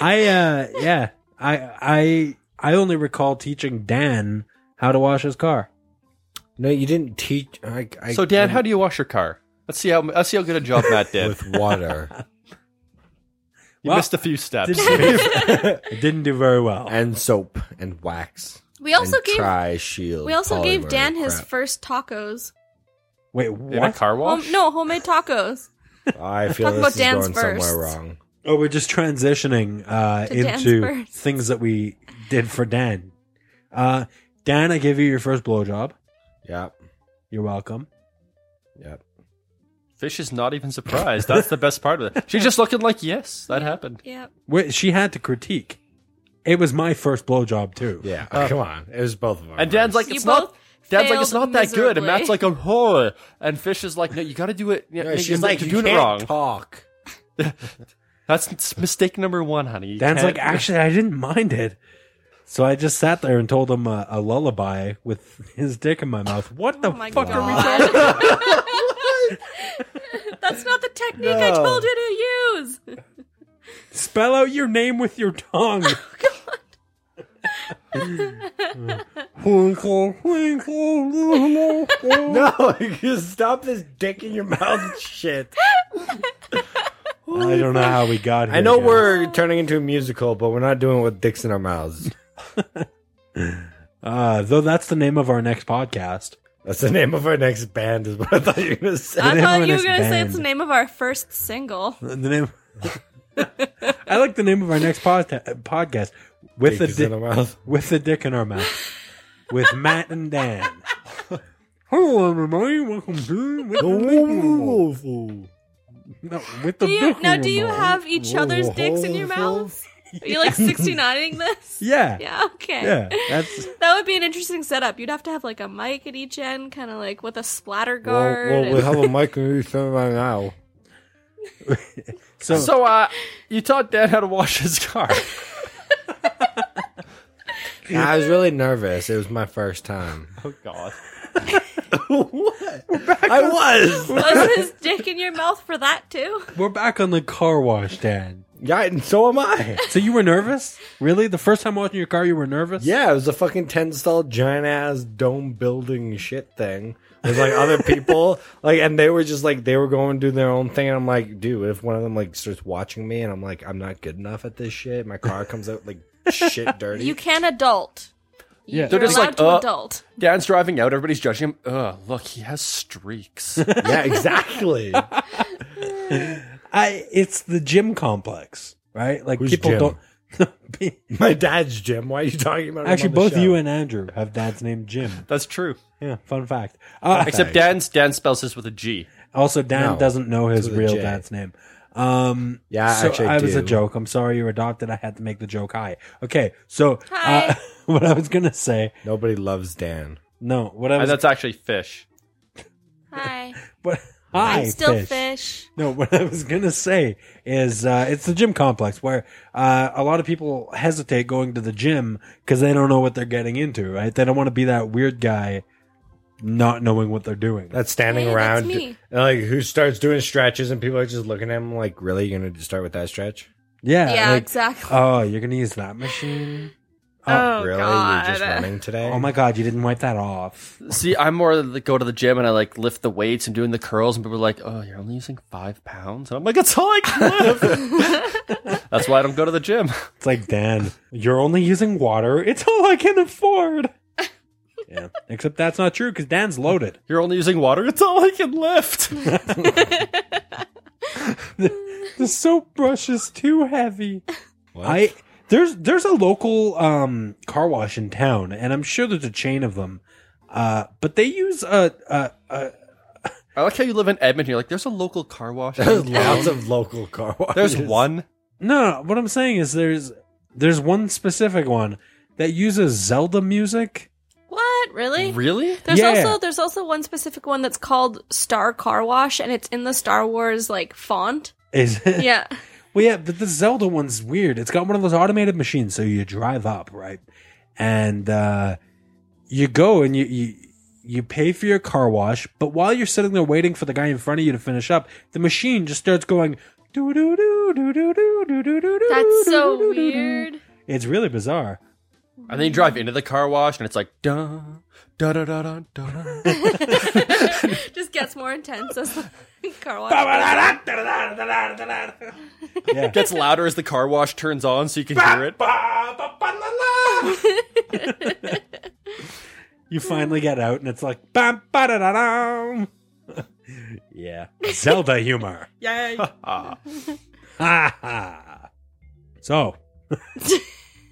Speaker 2: I, uh, yeah, I, I, I only recall teaching Dan how to wash his car.
Speaker 3: No, you didn't teach. I, I,
Speaker 5: so, Dan, how do you wash your car? Let's see how let's see how good a job Matt did.
Speaker 3: with water
Speaker 5: you
Speaker 2: Well,
Speaker 5: missed a few steps.
Speaker 2: Didn't do, didn't do very well.
Speaker 3: and soap and wax.
Speaker 1: We also
Speaker 3: and
Speaker 1: gave
Speaker 3: tri shield.
Speaker 1: we also gave
Speaker 3: polymer
Speaker 1: Dan his
Speaker 3: crap.
Speaker 1: first tacos.
Speaker 2: Wait,
Speaker 5: In a
Speaker 2: what?
Speaker 5: car
Speaker 1: Home,
Speaker 5: wash?
Speaker 1: no, homemade tacos.
Speaker 3: I feel
Speaker 1: Talk
Speaker 3: this
Speaker 1: about
Speaker 3: is
Speaker 1: Dan's
Speaker 3: going
Speaker 1: first.
Speaker 3: somewhere wrong.
Speaker 2: Oh, we're just transitioning uh,
Speaker 1: To Dan's
Speaker 2: into
Speaker 1: first.
Speaker 2: things that we did for Dan. Uh, Dan, I gave you your first blowjob.
Speaker 3: Yep.
Speaker 2: You're welcome.
Speaker 3: Yep.
Speaker 5: Fish is not even surprised. That's the best part of it. She's just looking like, yes, that happened.
Speaker 1: Yep.
Speaker 2: Wait, she had to critique. It was my first blowjob too.
Speaker 3: Yeah. come on. It was both of them.
Speaker 5: Uh, And Dan's like,
Speaker 1: You
Speaker 5: it's not.
Speaker 1: both
Speaker 5: Dad's like, it's
Speaker 1: failed
Speaker 5: not that good. And
Speaker 1: miserably.
Speaker 5: Matt's like, oh, horror. And Fish is like, no, you got to do it.
Speaker 3: Yeah,
Speaker 5: you're-
Speaker 3: she's like,
Speaker 5: you're
Speaker 3: you
Speaker 5: doing
Speaker 3: can't
Speaker 5: it wrong.
Speaker 3: talk.
Speaker 5: That's it's mistake number one, honey. You
Speaker 2: Dan's
Speaker 5: can't-
Speaker 2: like,
Speaker 3: "Ah."
Speaker 2: actually, I didn't mind it. So I just sat there and told him a, a lullaby with his dick in my mouth. What the
Speaker 1: Oh my
Speaker 2: fuck
Speaker 1: god.
Speaker 2: are we talking?
Speaker 1: That's not the technique I
Speaker 3: No.
Speaker 1: told you to use.
Speaker 2: Spell out your name with your tongue.
Speaker 1: Oh,
Speaker 2: Winkle, winkle, little hole.
Speaker 3: No, you stop this dick in your mouth shit.
Speaker 2: I don't know how we got here.
Speaker 3: I know
Speaker 2: guys.
Speaker 3: we're turning into a musical, but we're not doing it with dicks in our mouths.
Speaker 2: Uh, though that's the name of our next podcast.
Speaker 3: That's the name of our next band, is what I thought you were going to say.
Speaker 1: I
Speaker 2: name
Speaker 1: thought
Speaker 2: of
Speaker 1: you were
Speaker 2: this
Speaker 1: gonna say
Speaker 2: band.
Speaker 1: it's the name of our first single.
Speaker 2: The name. I like the name of our next podca- podcast with
Speaker 3: Dick
Speaker 2: the
Speaker 3: is
Speaker 2: dick
Speaker 3: in our mouth.
Speaker 2: with the dick in our mouth with Matt and Dan. Hello, everybody. Welcome to with the, dick- no, with the
Speaker 1: Do you
Speaker 2: dick
Speaker 1: now?
Speaker 2: in
Speaker 1: Do you
Speaker 2: your mouth.
Speaker 1: have e-, each other's dicks in your mouths? Are you like 69ing this?
Speaker 2: Yeah.
Speaker 1: Yeah. Okay.
Speaker 2: Yeah, that's
Speaker 1: That would be an interesting setup. You'd have to have like a mic at each end, kind of like with a splatter guard.
Speaker 3: Well,
Speaker 1: and-
Speaker 3: we have a mic and we turn right now.
Speaker 2: so.
Speaker 5: so uh, you taught Dad how to wash his car.
Speaker 3: I was really nervous. It was my first time.
Speaker 5: oh God.
Speaker 3: I was.
Speaker 1: was his dick in your mouth for that too?
Speaker 2: we're back on the car wash, Dan.
Speaker 3: Yeah, and so am I.
Speaker 2: So you were nervous? Really? The first time watching your car, you were nervous?
Speaker 3: Yeah, it was a fucking ten stall giant ass dome building shit thing. It was like other people, like, and they were just like they were going to do their own thing. And I'm like, dude, what if one of them like starts watching me, and I'm like, I'm not good enough at this shit. My car comes out like shit dirty.
Speaker 1: You can adult. Yeah.
Speaker 7: Yeah.
Speaker 1: You're
Speaker 7: They're
Speaker 5: just
Speaker 1: allowed
Speaker 5: like,
Speaker 1: to
Speaker 5: uh,
Speaker 1: adult.
Speaker 5: Dan's driving out. Everybody's judging him. Ugh, look, he has streaks.
Speaker 3: Yeah, exactly.
Speaker 2: I it's the gym complex, right? Like
Speaker 3: Who's
Speaker 2: people
Speaker 3: Jim?
Speaker 2: don't.
Speaker 3: My dad's Jim. Why are you talking about? him
Speaker 2: Actually,
Speaker 3: on the
Speaker 2: both
Speaker 3: show?
Speaker 2: you and Andrew have dads named Jim.
Speaker 5: That's true.
Speaker 2: Yeah, fun fact. Uh,
Speaker 5: Except Dan's Dan spells his with a G.
Speaker 2: also, Dan
Speaker 3: No,
Speaker 2: doesn't know his
Speaker 3: with a
Speaker 2: real
Speaker 3: J.
Speaker 2: dad's name. Um,
Speaker 3: Yeah,
Speaker 2: so
Speaker 3: actually, I
Speaker 2: I was a
Speaker 3: do.
Speaker 2: joke. I'm sorry you were adopted. I had to make the joke high. Okay, so Uh,
Speaker 1: Hi.
Speaker 2: what I was gonna say,
Speaker 3: Nobody loves Dan.
Speaker 2: no, what I
Speaker 5: And
Speaker 2: was
Speaker 5: that's actually fish.
Speaker 1: Hi.
Speaker 2: what, hi,
Speaker 1: I'm still
Speaker 2: fish.
Speaker 1: fish.
Speaker 2: No, what I was gonna say is uh, it's the gym complex where uh, a lot of people hesitate going to the gym because they don't know what they're getting into. Right? They don't want to be that weird guy, not knowing what they're doing.
Speaker 3: That's standing
Speaker 1: Hey, that's
Speaker 3: around,
Speaker 1: me.
Speaker 3: and, like who starts doing stretches, and people are just looking at him like, "Really, you're gonna start with that stretch?
Speaker 2: yeah,
Speaker 1: Yeah,
Speaker 2: like,
Speaker 1: exactly.
Speaker 2: Oh, you're gonna use that machine?
Speaker 1: Oh,
Speaker 3: really,
Speaker 1: God.
Speaker 3: you're just running today?
Speaker 2: Oh my god, you didn't wipe that off.
Speaker 5: See, I'm more the go to the gym and I like lift the weights and doing the curls, and people are like, "Oh, you're only using five pounds," and I'm like, "It's all I can lift." that's why I don't go to the gym.
Speaker 2: It's like Dan, you're only using water. It's all I can afford. yeah, except that's not true because Dan's loaded.
Speaker 5: You're only using water. It's all I can lift.
Speaker 2: The soap brush is too heavy.
Speaker 3: What?
Speaker 2: I there's there's a local um, car wash in town, and I'm sure there's a chain of them. Uh, but they use a, a, a
Speaker 5: I like how you live in Edmonton. You're like, "There's a local car wash." in
Speaker 3: There's
Speaker 5: town."
Speaker 3: lots of local car washes.
Speaker 5: There's one.
Speaker 2: no. What I'm saying is there's there's one specific one that uses Zelda music.
Speaker 1: What? Really?
Speaker 5: Really?
Speaker 1: There's
Speaker 2: Yeah.
Speaker 1: also there's also one specific one that's called Star Car Wash, and it's in the Star Wars like font.
Speaker 2: Is it?
Speaker 1: Yeah.
Speaker 2: Well, yeah, but the Zelda one's weird. It's got one of those automated machines, so you drive up, right, and uh, you go and you, you you pay for your car wash. But while you're sitting there waiting for the guy in front of you to finish up, the machine just starts going do do do do do do do do do.
Speaker 1: That's so weird.
Speaker 2: It's really bizarre.
Speaker 5: And then you drive into the car wash, and it's like, "Da da da da da da."
Speaker 1: Just gets more intense as the car wash.
Speaker 5: Gets louder as the car wash turns on, so you can hear it.
Speaker 2: You finally get out, and it's like bam ba da da da. Yeah, Zelda humor.
Speaker 1: Yay.
Speaker 2: Ha ha. So.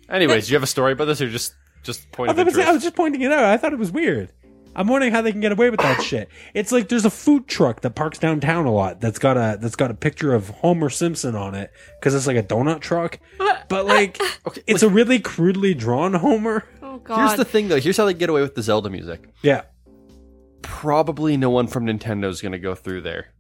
Speaker 5: Anyways, do you have a story about this, or just just point
Speaker 2: I,
Speaker 5: of
Speaker 2: thought it was,
Speaker 5: interest?
Speaker 2: I was just pointing it out. I thought it was weird. I'm wondering how they can get away with that shit. It's like there's a food truck that parks downtown a lot that's got a that's got a picture of Homer Simpson on it because it's like a donut truck, but like it's a really crudely drawn Homer.
Speaker 1: Oh
Speaker 5: Here's
Speaker 1: god.
Speaker 5: the thing, though. Here's how they get away with the Zelda music.
Speaker 2: Yeah,
Speaker 5: Probably no one from Nintendo's going to go through there.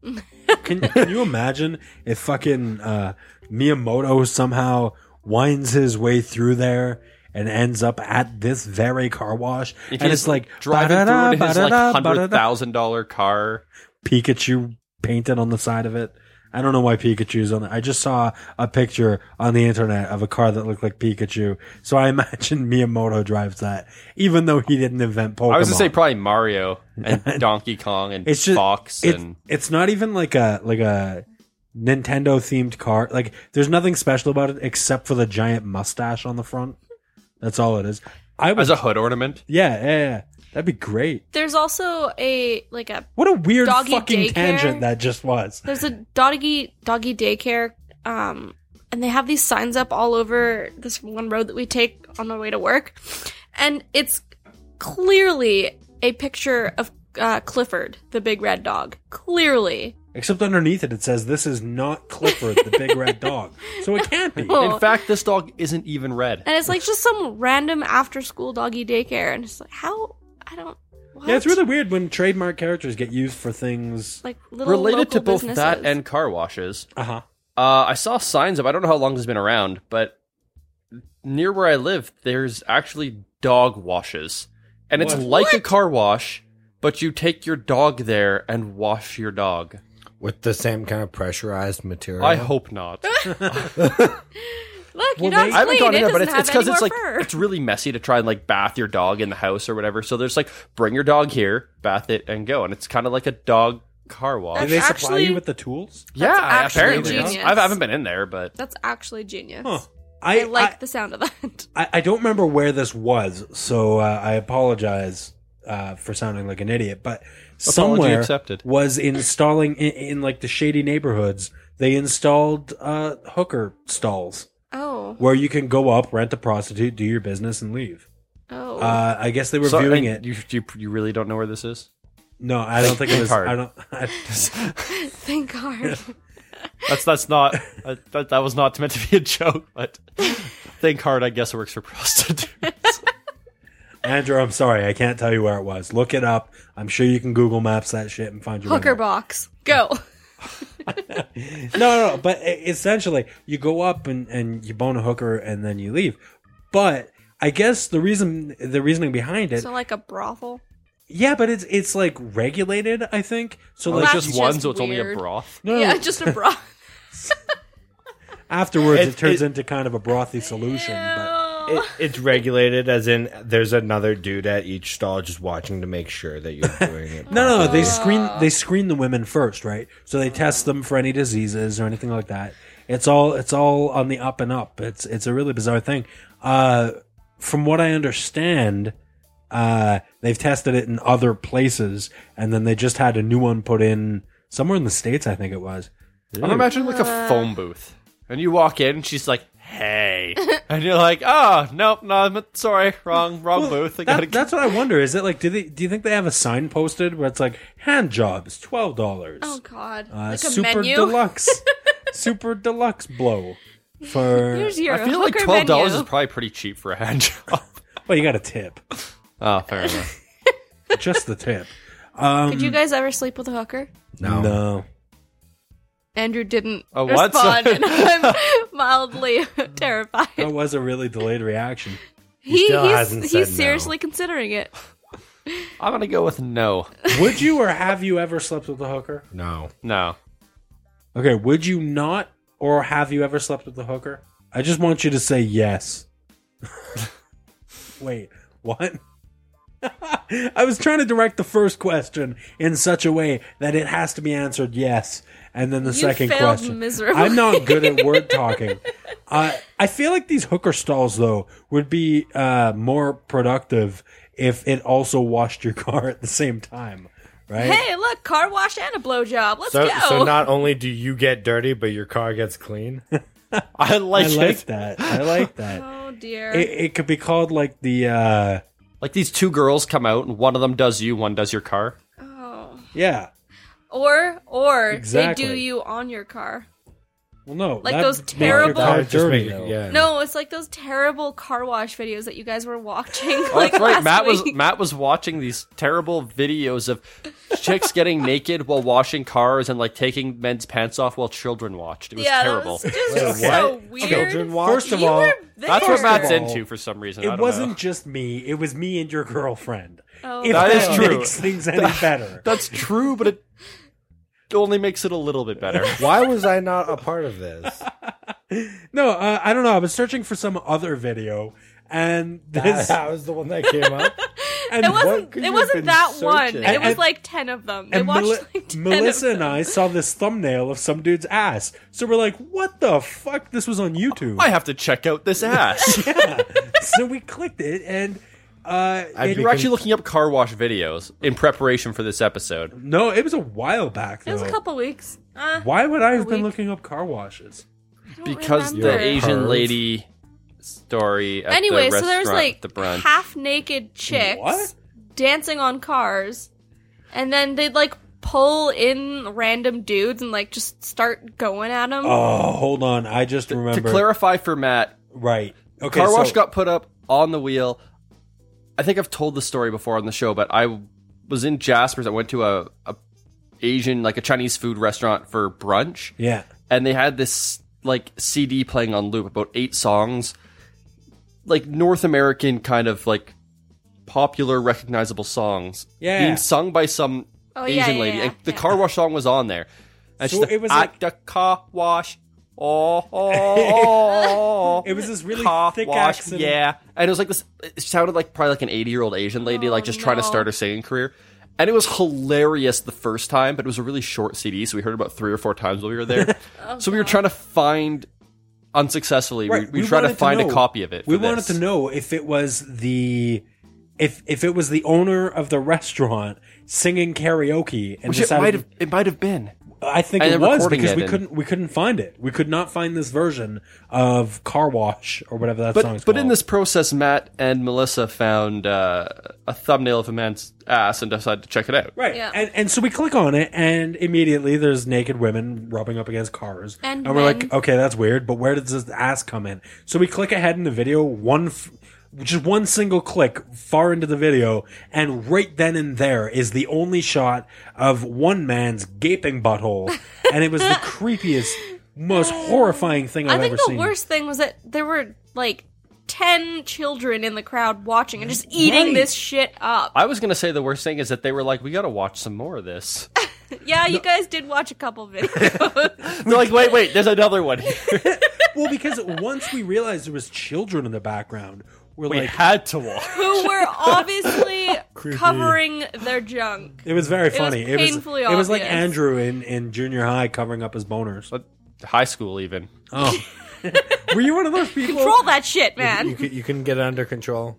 Speaker 2: can, can you imagine if fucking uh, Miyamoto somehow winds his way through there? And ends up at this very car wash, and
Speaker 5: he's
Speaker 2: it's like
Speaker 5: driving
Speaker 2: ba-da-da,
Speaker 5: through in his like
Speaker 2: ba-da-da,
Speaker 5: hundred
Speaker 2: ba-da-da.
Speaker 5: thousand dollar car.
Speaker 2: Pikachu painted on the side of it. I don't know why Pikachu's on it. I just saw a picture on the internet of a car that looked like Pikachu. So I imagine Miyamoto drives that, even though he didn't invent Pokemon.
Speaker 5: I was going to say probably Mario and Donkey Kong and
Speaker 2: Oh, it's just
Speaker 5: Fox
Speaker 2: it's,
Speaker 5: and
Speaker 2: it's not even like a like a Nintendo themed car. Like there's nothing special about it except for the giant mustache on the front. That's all it is. I was
Speaker 5: as a hood ornament.
Speaker 2: yeah, yeah, yeah. That'd be great.
Speaker 1: There's also a like a
Speaker 2: What a weird
Speaker 1: Doggy
Speaker 2: fucking
Speaker 1: daycare?
Speaker 2: tangent that just was.
Speaker 1: there's a doggy doggy daycare um and they have these signs up all over this one road that we take on the way to work and it's clearly a picture of uh, clifford the big red dog clearly
Speaker 2: Except underneath it, it says, This is not Clifford, the big red dog. So it can't be.
Speaker 1: Oh.
Speaker 5: In fact, this dog isn't even red.
Speaker 1: and it's like just some random after school doggy daycare and it's like how i don't what?
Speaker 2: Yeah, it's really weird when trademark characters get used for things.
Speaker 1: like little
Speaker 5: Related to
Speaker 1: local
Speaker 5: both that
Speaker 1: businesses.
Speaker 5: and car washes,
Speaker 2: Uh huh.
Speaker 5: uh, I saw signs of. I don't know how long it's been around, but near where I live, there's actually dog washes, and it's
Speaker 2: What?
Speaker 5: like a car wash, but you take your dog there and wash your dog.
Speaker 3: with the same kind of pressurized material.
Speaker 5: I hope not.
Speaker 1: look
Speaker 2: Well,
Speaker 1: your
Speaker 2: they-
Speaker 1: dog's
Speaker 5: I haven't
Speaker 1: clean
Speaker 5: gone in
Speaker 1: it
Speaker 5: there, but
Speaker 1: doesn't
Speaker 5: it's
Speaker 1: have
Speaker 5: it's because
Speaker 1: any
Speaker 5: it's
Speaker 1: more
Speaker 5: like
Speaker 1: fur.
Speaker 5: it's really messy to try and like bath your dog in the house or whatever. So there's like bring your dog here, bath it, and go, and it's kind of like a dog car wash.
Speaker 2: Did
Speaker 1: That's
Speaker 2: they supply
Speaker 1: actually-
Speaker 2: you with the tools?
Speaker 5: yeah,
Speaker 1: actually
Speaker 5: apparently
Speaker 1: genius.
Speaker 5: I haven't been in there, but
Speaker 1: that's actually genius
Speaker 2: Huh.
Speaker 1: Oh, I, like the sound of that.
Speaker 2: I, I don't remember where this was, so uh, I apologize uh, for sounding like an idiot. But somewhere
Speaker 5: accepted.
Speaker 2: was installing in, in like the shady neighborhoods. They installed uh, hooker stalls
Speaker 1: Oh,
Speaker 2: where you can go up, rent a prostitute, do your business, and leave.
Speaker 1: oh.
Speaker 2: Uh, I guess they were
Speaker 5: So,
Speaker 2: viewing
Speaker 5: and
Speaker 2: it.
Speaker 5: You, you you really don't know where this is.
Speaker 2: No, I don't think it was.
Speaker 5: hard.
Speaker 2: I don't. I,
Speaker 1: Thank God.
Speaker 5: That's that's not uh, that, that was not meant to be a joke. But think hard. I guess works for prostitutes.
Speaker 2: Andrew, I'm sorry, I can't tell you where it was. Look it up. I'm sure you can Google Maps that shit and find your way
Speaker 1: Hooker
Speaker 2: there.
Speaker 1: box. Go.
Speaker 2: no, no, no. But e- essentially, you go up and, and you bone a hooker and then you leave. But I guess the reason the reasoning behind it,
Speaker 1: So like a brothel.
Speaker 2: yeah, but it's it's like regulated. I think so.
Speaker 5: Well, it's
Speaker 2: Like
Speaker 1: that's
Speaker 5: just one,
Speaker 1: just
Speaker 5: so it's only a
Speaker 1: weird.
Speaker 5: broth.
Speaker 2: no, no,
Speaker 1: Oh, Yeah, just a brothel.
Speaker 2: afterwards, it,
Speaker 3: It-
Speaker 2: turns
Speaker 3: it-
Speaker 2: into kind of a brothy solution. But
Speaker 3: It, it's regulated, as in there's another dude at each stall just watching to make sure that you're doing it.
Speaker 2: no, no, no, they screen
Speaker 1: Oh.
Speaker 2: they screen the women first, right? So they test them for any diseases or anything like that. It's all it's all on the up and up. It's it's a really bizarre thing. Uh, from what I understand, uh, they've tested it in other places, and then they just had a new one put in somewhere in the states. I think it was.
Speaker 5: I'm imagining like
Speaker 1: Uh.
Speaker 5: a phone booth, and you walk in, and she's like, "Hey," and you're like, "Oh, nope, no, I'm sorry, wrong, wrong booth." I
Speaker 2: That-
Speaker 5: gotta
Speaker 2: that's what I wonder. Is it like do they do you think they have a sign posted where it's like hand jobs twelve dollars?
Speaker 1: Oh God.
Speaker 2: Uh,
Speaker 1: like a
Speaker 2: super
Speaker 1: menu.
Speaker 2: deluxe, super deluxe blow for.
Speaker 1: Here's your
Speaker 5: I feel like
Speaker 1: hooker
Speaker 5: twelve dollars
Speaker 1: menu.
Speaker 5: is probably pretty cheap for a hand job.
Speaker 2: Well, you got a tip,
Speaker 5: oh, fair enough.
Speaker 2: just the tip. Um,
Speaker 1: Did you guys ever sleep with a hooker?
Speaker 2: No, no.
Speaker 1: Andrew didn't
Speaker 5: Oh, what?
Speaker 1: respond, and I'm mildly terrified.
Speaker 2: that was a really delayed reaction.
Speaker 1: he
Speaker 3: still
Speaker 1: he's,
Speaker 3: hasn't
Speaker 1: he's
Speaker 3: said no.
Speaker 1: seriously considering it.
Speaker 5: I'm gonna go with no,
Speaker 2: Would you or have you ever slept with a hooker?
Speaker 3: No.
Speaker 5: no.
Speaker 2: Okay, would you not or have you ever slept with a hooker? I just want you to say yes. Wait, what? I was trying to direct the first question in such a way that it has to be answered yes, and then the
Speaker 1: You
Speaker 2: second
Speaker 1: failed
Speaker 2: question.
Speaker 1: miserably.
Speaker 2: I'm not good at word talking. I I feel like these hooker stalls though would be uh, more productive if it also washed your car at the same time, right?
Speaker 1: Hey, look, car wash and a blowjob. Let's
Speaker 3: So,
Speaker 1: go.
Speaker 3: so not only do you get dirty, but your car gets clean.
Speaker 5: I
Speaker 2: I
Speaker 5: like,
Speaker 2: like
Speaker 5: it.
Speaker 2: that. I like that.
Speaker 1: oh dear.
Speaker 2: it, it could be called like the uh
Speaker 5: Like these two girls come out, and one of them does you, one does your car.
Speaker 1: oh.
Speaker 2: yeah
Speaker 1: Or or
Speaker 2: Exactly.
Speaker 1: they do you on your car.
Speaker 2: well no
Speaker 1: Like
Speaker 2: that'd
Speaker 1: those
Speaker 2: make your
Speaker 1: terrible-
Speaker 2: car
Speaker 3: Just
Speaker 2: dirty,
Speaker 3: make it-
Speaker 2: though.
Speaker 3: yeah.
Speaker 1: No, it's like those terrible car wash videos that you guys were watching.
Speaker 5: Oh,
Speaker 1: like
Speaker 5: that's right.
Speaker 1: last
Speaker 5: Matt was
Speaker 1: week.
Speaker 5: Matt was watching these terrible videos of chicks getting naked while washing cars and like taking men's pants off while children watched. It was
Speaker 1: yeah,
Speaker 5: terrible.
Speaker 1: that was just so weird.
Speaker 3: Children watch.
Speaker 2: first of
Speaker 1: You
Speaker 2: all
Speaker 1: were
Speaker 5: That's
Speaker 1: there.
Speaker 5: what Matt's
Speaker 2: all,
Speaker 5: into for some reason. I
Speaker 2: it
Speaker 5: don't
Speaker 2: wasn't
Speaker 5: know.
Speaker 2: just me it was me and your girlfriend
Speaker 1: Oh.
Speaker 2: if
Speaker 5: That is true.
Speaker 2: makes things any better
Speaker 5: That's true, but it only makes it a little bit better.
Speaker 3: Why was I not a part of this?
Speaker 2: no uh, i don't know i was searching for some other video and
Speaker 3: That,
Speaker 2: this
Speaker 3: that was the one that came up.
Speaker 2: and
Speaker 1: It
Speaker 2: what-
Speaker 1: wasn't.
Speaker 3: could
Speaker 1: It
Speaker 3: you have
Speaker 1: wasn't
Speaker 3: been
Speaker 1: that one.
Speaker 3: searching?
Speaker 1: It was
Speaker 2: And-
Speaker 1: like ten of them. They
Speaker 2: and
Speaker 1: watched
Speaker 2: Meli-
Speaker 1: like ten
Speaker 2: Melissa
Speaker 1: of them.
Speaker 2: and I saw this thumbnail of some dude's ass. So we're like, what the fuck? This was on YouTube.
Speaker 5: I have to check out this ass.
Speaker 2: so we clicked it and uh, it-
Speaker 5: You were actually looking up car wash videos in preparation for this episode.
Speaker 2: no, it was a while back though.
Speaker 1: It was a couple weeks. Uh,
Speaker 2: Why would I have been
Speaker 1: week.
Speaker 2: looking up car washes?
Speaker 1: I don't
Speaker 5: Because
Speaker 1: remember.
Speaker 5: the Asian
Speaker 3: perv.
Speaker 5: lady story at
Speaker 1: Anyway,
Speaker 5: the
Speaker 1: so there's
Speaker 5: restaurant,
Speaker 1: like
Speaker 5: the brunch.
Speaker 1: half naked chicks
Speaker 2: What?
Speaker 1: dancing on cars, and then they'd like pull in random dudes and like just start going at them.
Speaker 2: Oh, hold on. I just
Speaker 5: to
Speaker 2: remember.
Speaker 5: clarify for Matt,
Speaker 2: right. Okay.
Speaker 5: car wash
Speaker 2: so-
Speaker 5: got put up on the wheel. I think I've told the story before on the show, but I was in Jasper's. I went to a, a Asian, like a Chinese food restaurant for brunch,
Speaker 2: Yeah.
Speaker 5: and they had this like CD playing on loop, about eight songs, like North American kind of like popular, recognizable songs
Speaker 2: Yeah.
Speaker 5: being sung by some
Speaker 1: Oh,
Speaker 5: Asian
Speaker 1: yeah, yeah,
Speaker 5: lady.
Speaker 1: yeah,
Speaker 5: and the
Speaker 1: yeah.
Speaker 5: car wash song was on there, and
Speaker 2: So
Speaker 5: she's like,
Speaker 2: it was
Speaker 5: "At
Speaker 2: like-
Speaker 5: the car wash." Oh, oh, oh,
Speaker 2: It was this really
Speaker 5: cough,
Speaker 2: thick
Speaker 5: wash,
Speaker 2: accent.
Speaker 5: Yeah, and it was like this. It sounded like probably like an eighty-year-old Asian lady, like just trying to
Speaker 1: no.
Speaker 5: start her singing career. And it was hilarious the first time, but it was a really short CD, so we heard it about three or four times while we were there. so we were trying to find unsuccessfully.
Speaker 2: Oh, Right,
Speaker 5: We, we, try to
Speaker 2: wanted
Speaker 5: find
Speaker 2: know-
Speaker 5: a copy of it.
Speaker 2: We
Speaker 5: for
Speaker 2: wanted
Speaker 5: this.
Speaker 2: to know if it was the if if it was the owner of the restaurant singing karaoke and
Speaker 5: Which it
Speaker 2: decided
Speaker 5: might have. It might have been.
Speaker 2: I think
Speaker 5: and
Speaker 2: it
Speaker 5: they're
Speaker 2: was
Speaker 5: recording
Speaker 2: because
Speaker 5: it
Speaker 2: we
Speaker 5: and-
Speaker 2: couldn't we couldn't find it. We could not find this version of Car Wash or whatever that song's
Speaker 5: But but
Speaker 2: called.
Speaker 5: in this process, Matt and Melissa found uh, a thumbnail of a man's ass and decided to check it out.
Speaker 2: Right.
Speaker 1: Yeah.
Speaker 2: And and so we click on it and immediately there's naked women rubbing up against cars.
Speaker 1: And
Speaker 2: we're
Speaker 1: men.
Speaker 2: like, okay, that's weird, but where does this ass come in? So we click ahead in the video, one f- just one single click far into the video, and right then and there is the only shot of one man's gaping butthole. and it was the creepiest, most horrifying thing
Speaker 1: I
Speaker 2: I've
Speaker 1: think
Speaker 2: ever
Speaker 1: the
Speaker 2: seen.
Speaker 1: worst thing was that there were like ten children in the crowd watching and just eating
Speaker 2: Right.
Speaker 1: this shit up.
Speaker 5: I was gonna say the worst thing is that they were like, "We gotta watch some more of this."
Speaker 1: Yeah, you guys did watch a couple videos.
Speaker 5: They're like, "Wait, wait, there's another one." Here.
Speaker 2: well, because once we realized there was children in the background, we're
Speaker 5: We
Speaker 2: like
Speaker 5: had to watch.
Speaker 1: who were obviously covering their junk.
Speaker 2: It was very
Speaker 1: was
Speaker 2: funny. It was
Speaker 1: painfully
Speaker 2: it was like
Speaker 1: obvious.
Speaker 2: Andrew in, in junior high covering up his boners.
Speaker 5: High school, even.
Speaker 2: Oh, were you one of those people?
Speaker 1: Control that shit, man.
Speaker 3: You, cou- you couldn't get it under control.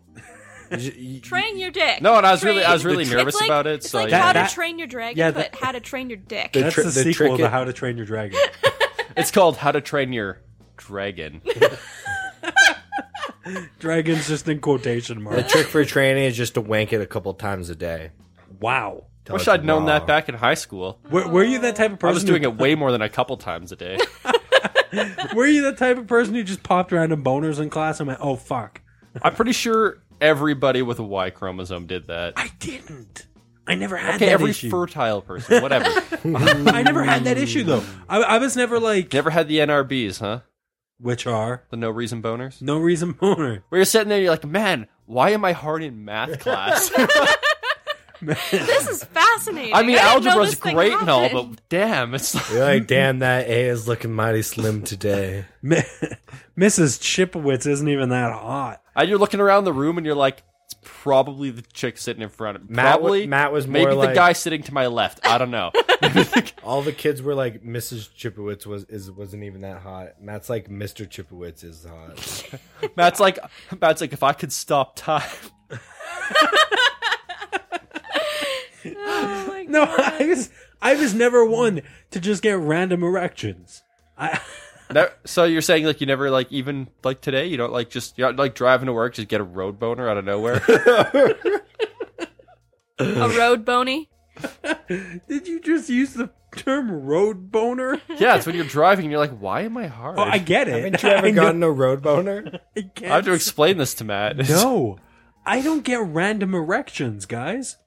Speaker 3: You ju- you-
Speaker 1: train your dick.
Speaker 5: No, and I was really, I was
Speaker 1: Train-
Speaker 5: really
Speaker 1: It's
Speaker 5: nervous
Speaker 1: like-
Speaker 5: about it.
Speaker 1: It's
Speaker 5: So
Speaker 1: like
Speaker 5: yeah.
Speaker 1: how
Speaker 2: That-
Speaker 1: to train your dragon,
Speaker 2: yeah,
Speaker 1: but
Speaker 2: that-
Speaker 1: how to train your dick.
Speaker 3: the
Speaker 2: That's
Speaker 3: tri-
Speaker 2: the,
Speaker 3: the
Speaker 2: sequel
Speaker 3: trick
Speaker 2: to
Speaker 3: it-
Speaker 2: How to Train Your Dragon.
Speaker 5: it's called "How to Train Your Dragon."
Speaker 2: Dragons just in quotation
Speaker 3: the
Speaker 2: marks.
Speaker 3: trick for training is just to wank it a couple times a day.
Speaker 2: Wow.
Speaker 3: Till
Speaker 5: Wish
Speaker 3: it's
Speaker 5: I'd known
Speaker 3: raw.
Speaker 5: that back in high school.
Speaker 2: Were, were you that type of
Speaker 5: I
Speaker 2: person?
Speaker 5: was doing
Speaker 2: who,
Speaker 5: it way more than a couple times a day.
Speaker 2: Were you that type of person who just popped random boners in class and went, "Oh fuck,
Speaker 5: I'm pretty sure everybody with a Y chromosome did that.
Speaker 2: I didn't. I never had
Speaker 5: Okay,
Speaker 2: that
Speaker 5: every
Speaker 2: issue.
Speaker 5: fertile person, whatever.
Speaker 2: I never had that issue though. I, I was never like,
Speaker 5: Never had the NRBs, huh?
Speaker 2: which are
Speaker 5: The no reason boners.
Speaker 2: no reason boner.
Speaker 5: Where you're sitting there, you're like, man, why am I hard in math class?
Speaker 1: This is fascinating.
Speaker 5: I mean,
Speaker 1: didn't know
Speaker 5: algebra's
Speaker 1: this thing
Speaker 5: great and all,
Speaker 1: happened.
Speaker 5: but damn, it's like,
Speaker 3: You're like, damn, that A is looking mighty slim today.
Speaker 2: Mi- Mrs. Chipowitz isn't even that hot.
Speaker 5: and Uh, you're looking around the room and you're like, it's probably the chick sitting in front of me.
Speaker 3: Matt wa-
Speaker 5: probably
Speaker 3: Matt was
Speaker 5: maybe
Speaker 3: more
Speaker 5: the
Speaker 3: like-
Speaker 5: guy sitting to my left. I don't know.
Speaker 3: All the kids were like, Mrs. Chipowitz was is wasn't even that hot. Matt's like, Mr. Chipowitz is hot.
Speaker 5: Matt's like, Matt's like, if I could stop time,
Speaker 1: Oh my
Speaker 2: No, I was I was never one to just get random erections. I
Speaker 5: No, so you're saying like you never like even like today you don't like just you're not, like driving to work just get a road boner out of nowhere.
Speaker 1: God. a road bony.
Speaker 2: did you just use the term road boner?
Speaker 5: yeah, it's when you're driving and you're like, why am I hard?
Speaker 2: Oh, I get it.
Speaker 3: Haven't you ever
Speaker 2: I know-
Speaker 3: gotten a road boner?
Speaker 2: I
Speaker 5: I have to
Speaker 2: guess.
Speaker 5: explain this to Matt.
Speaker 2: No, I don't get random erections, guys.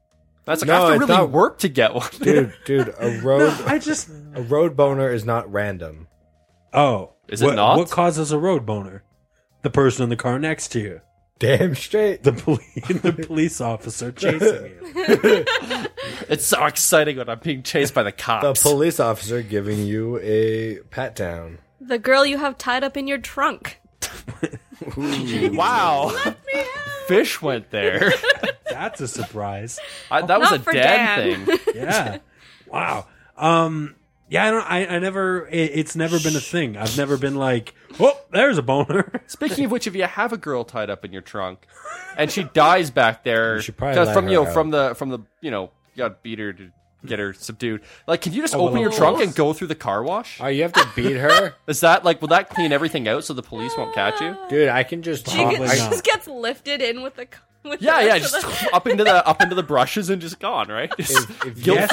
Speaker 5: that's like
Speaker 3: No,
Speaker 5: I have to
Speaker 3: it's
Speaker 5: really
Speaker 3: not-
Speaker 5: work to get one.
Speaker 3: Dude, dude, a road
Speaker 2: No, I just
Speaker 3: a road boner is not random.
Speaker 2: oh,
Speaker 5: Is it
Speaker 2: what,
Speaker 5: not?
Speaker 2: What causes a road boner? The person in the car next to you,
Speaker 3: Damn straight.
Speaker 2: the police, the police officer chasing you.
Speaker 5: It's so exciting when I'm being chased by the
Speaker 3: The
Speaker 5: cops.
Speaker 3: police officer giving you a pat down.
Speaker 1: The girl you have tied up in your trunk.
Speaker 5: wow, fish went there.
Speaker 2: That's a surprise.
Speaker 5: I, that was
Speaker 1: Not
Speaker 5: a
Speaker 1: for
Speaker 5: dad
Speaker 1: Dan.
Speaker 5: thing.
Speaker 2: yeah. Wow. Um. Yeah. I don't. I. I never. It, it's never been a thing. I've never been like, oh, there's a boner.
Speaker 5: Speaking of which, if you have a girl tied up in your trunk and she dies back there,
Speaker 3: You should probably
Speaker 5: 'cause
Speaker 3: let
Speaker 5: from
Speaker 3: her
Speaker 5: you know
Speaker 3: out.
Speaker 5: from the from the you know you got to beat her to get her subdued. Like, can you just
Speaker 2: Oh, well,
Speaker 5: open your
Speaker 2: of
Speaker 5: trunk
Speaker 2: course.
Speaker 5: and go through the car wash?
Speaker 3: Oh, you have to beat her?
Speaker 5: Is that like will that clean everything out so the police won't catch you?
Speaker 3: Dude, I can just
Speaker 1: She,
Speaker 2: Probably
Speaker 1: gets, she
Speaker 2: not.
Speaker 1: just gets lifted in with the. With
Speaker 5: Yeah,
Speaker 1: the
Speaker 5: yeah,
Speaker 1: rest of
Speaker 5: just
Speaker 1: the-
Speaker 5: up into the up into the brushes and just gone, right?
Speaker 3: if
Speaker 5: Guilt
Speaker 2: yes,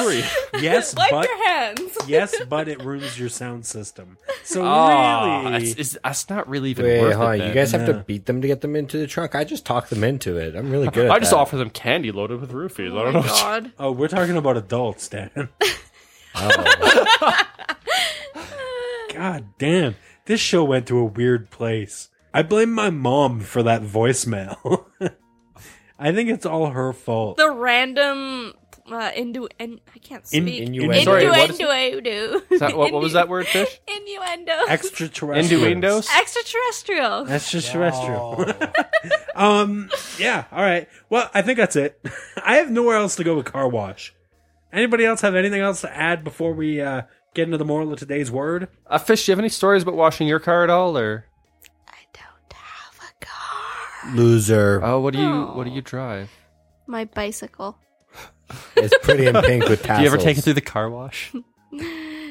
Speaker 5: free.
Speaker 2: Yes,
Speaker 1: wipe
Speaker 2: but
Speaker 1: your hands.
Speaker 2: yes, but it ruins your sound system. So
Speaker 5: Ah,
Speaker 2: really,
Speaker 5: it's, it's, that's not really even
Speaker 3: Wait,
Speaker 5: worth
Speaker 3: hold on.
Speaker 5: it.
Speaker 3: You
Speaker 5: then.
Speaker 3: guys have
Speaker 2: Yeah.
Speaker 3: to beat them to get them into the trunk. I just talk them into it. I'm really good. At
Speaker 5: I just
Speaker 3: that.
Speaker 5: offer them candy loaded with roofies. I
Speaker 1: Oh
Speaker 5: don't know.
Speaker 1: my god.
Speaker 2: oh, we're talking about adults, Dan.
Speaker 3: Oh.
Speaker 2: God damn, this show went to a weird place. I blame my mom for that voicemail. I think it's all her fault.
Speaker 1: The random uh, innu and I can't
Speaker 2: In-
Speaker 1: speak.
Speaker 3: innuendo.
Speaker 5: Sorry, what is
Speaker 1: innuendo.
Speaker 5: Is that, what, what was that word, fish?
Speaker 1: Innuendo.
Speaker 2: Extraterrestrial.
Speaker 5: Innuendos?
Speaker 1: Extraterrestrial.
Speaker 2: That's just terrestrial. um, yeah. All right. Well, I think that's it. I have nowhere else to go with car wash. Anybody else have anything else to add before we uh, get into the moral of today's word?
Speaker 5: Uh, Fish, do you have any stories about washing your car at all, or
Speaker 1: I don't have a car.
Speaker 3: Loser.
Speaker 5: oh, what do you
Speaker 1: No.
Speaker 5: what do you drive?
Speaker 1: My bicycle.
Speaker 3: It's pretty in pink with tassels.
Speaker 5: Do you ever take it through the car wash?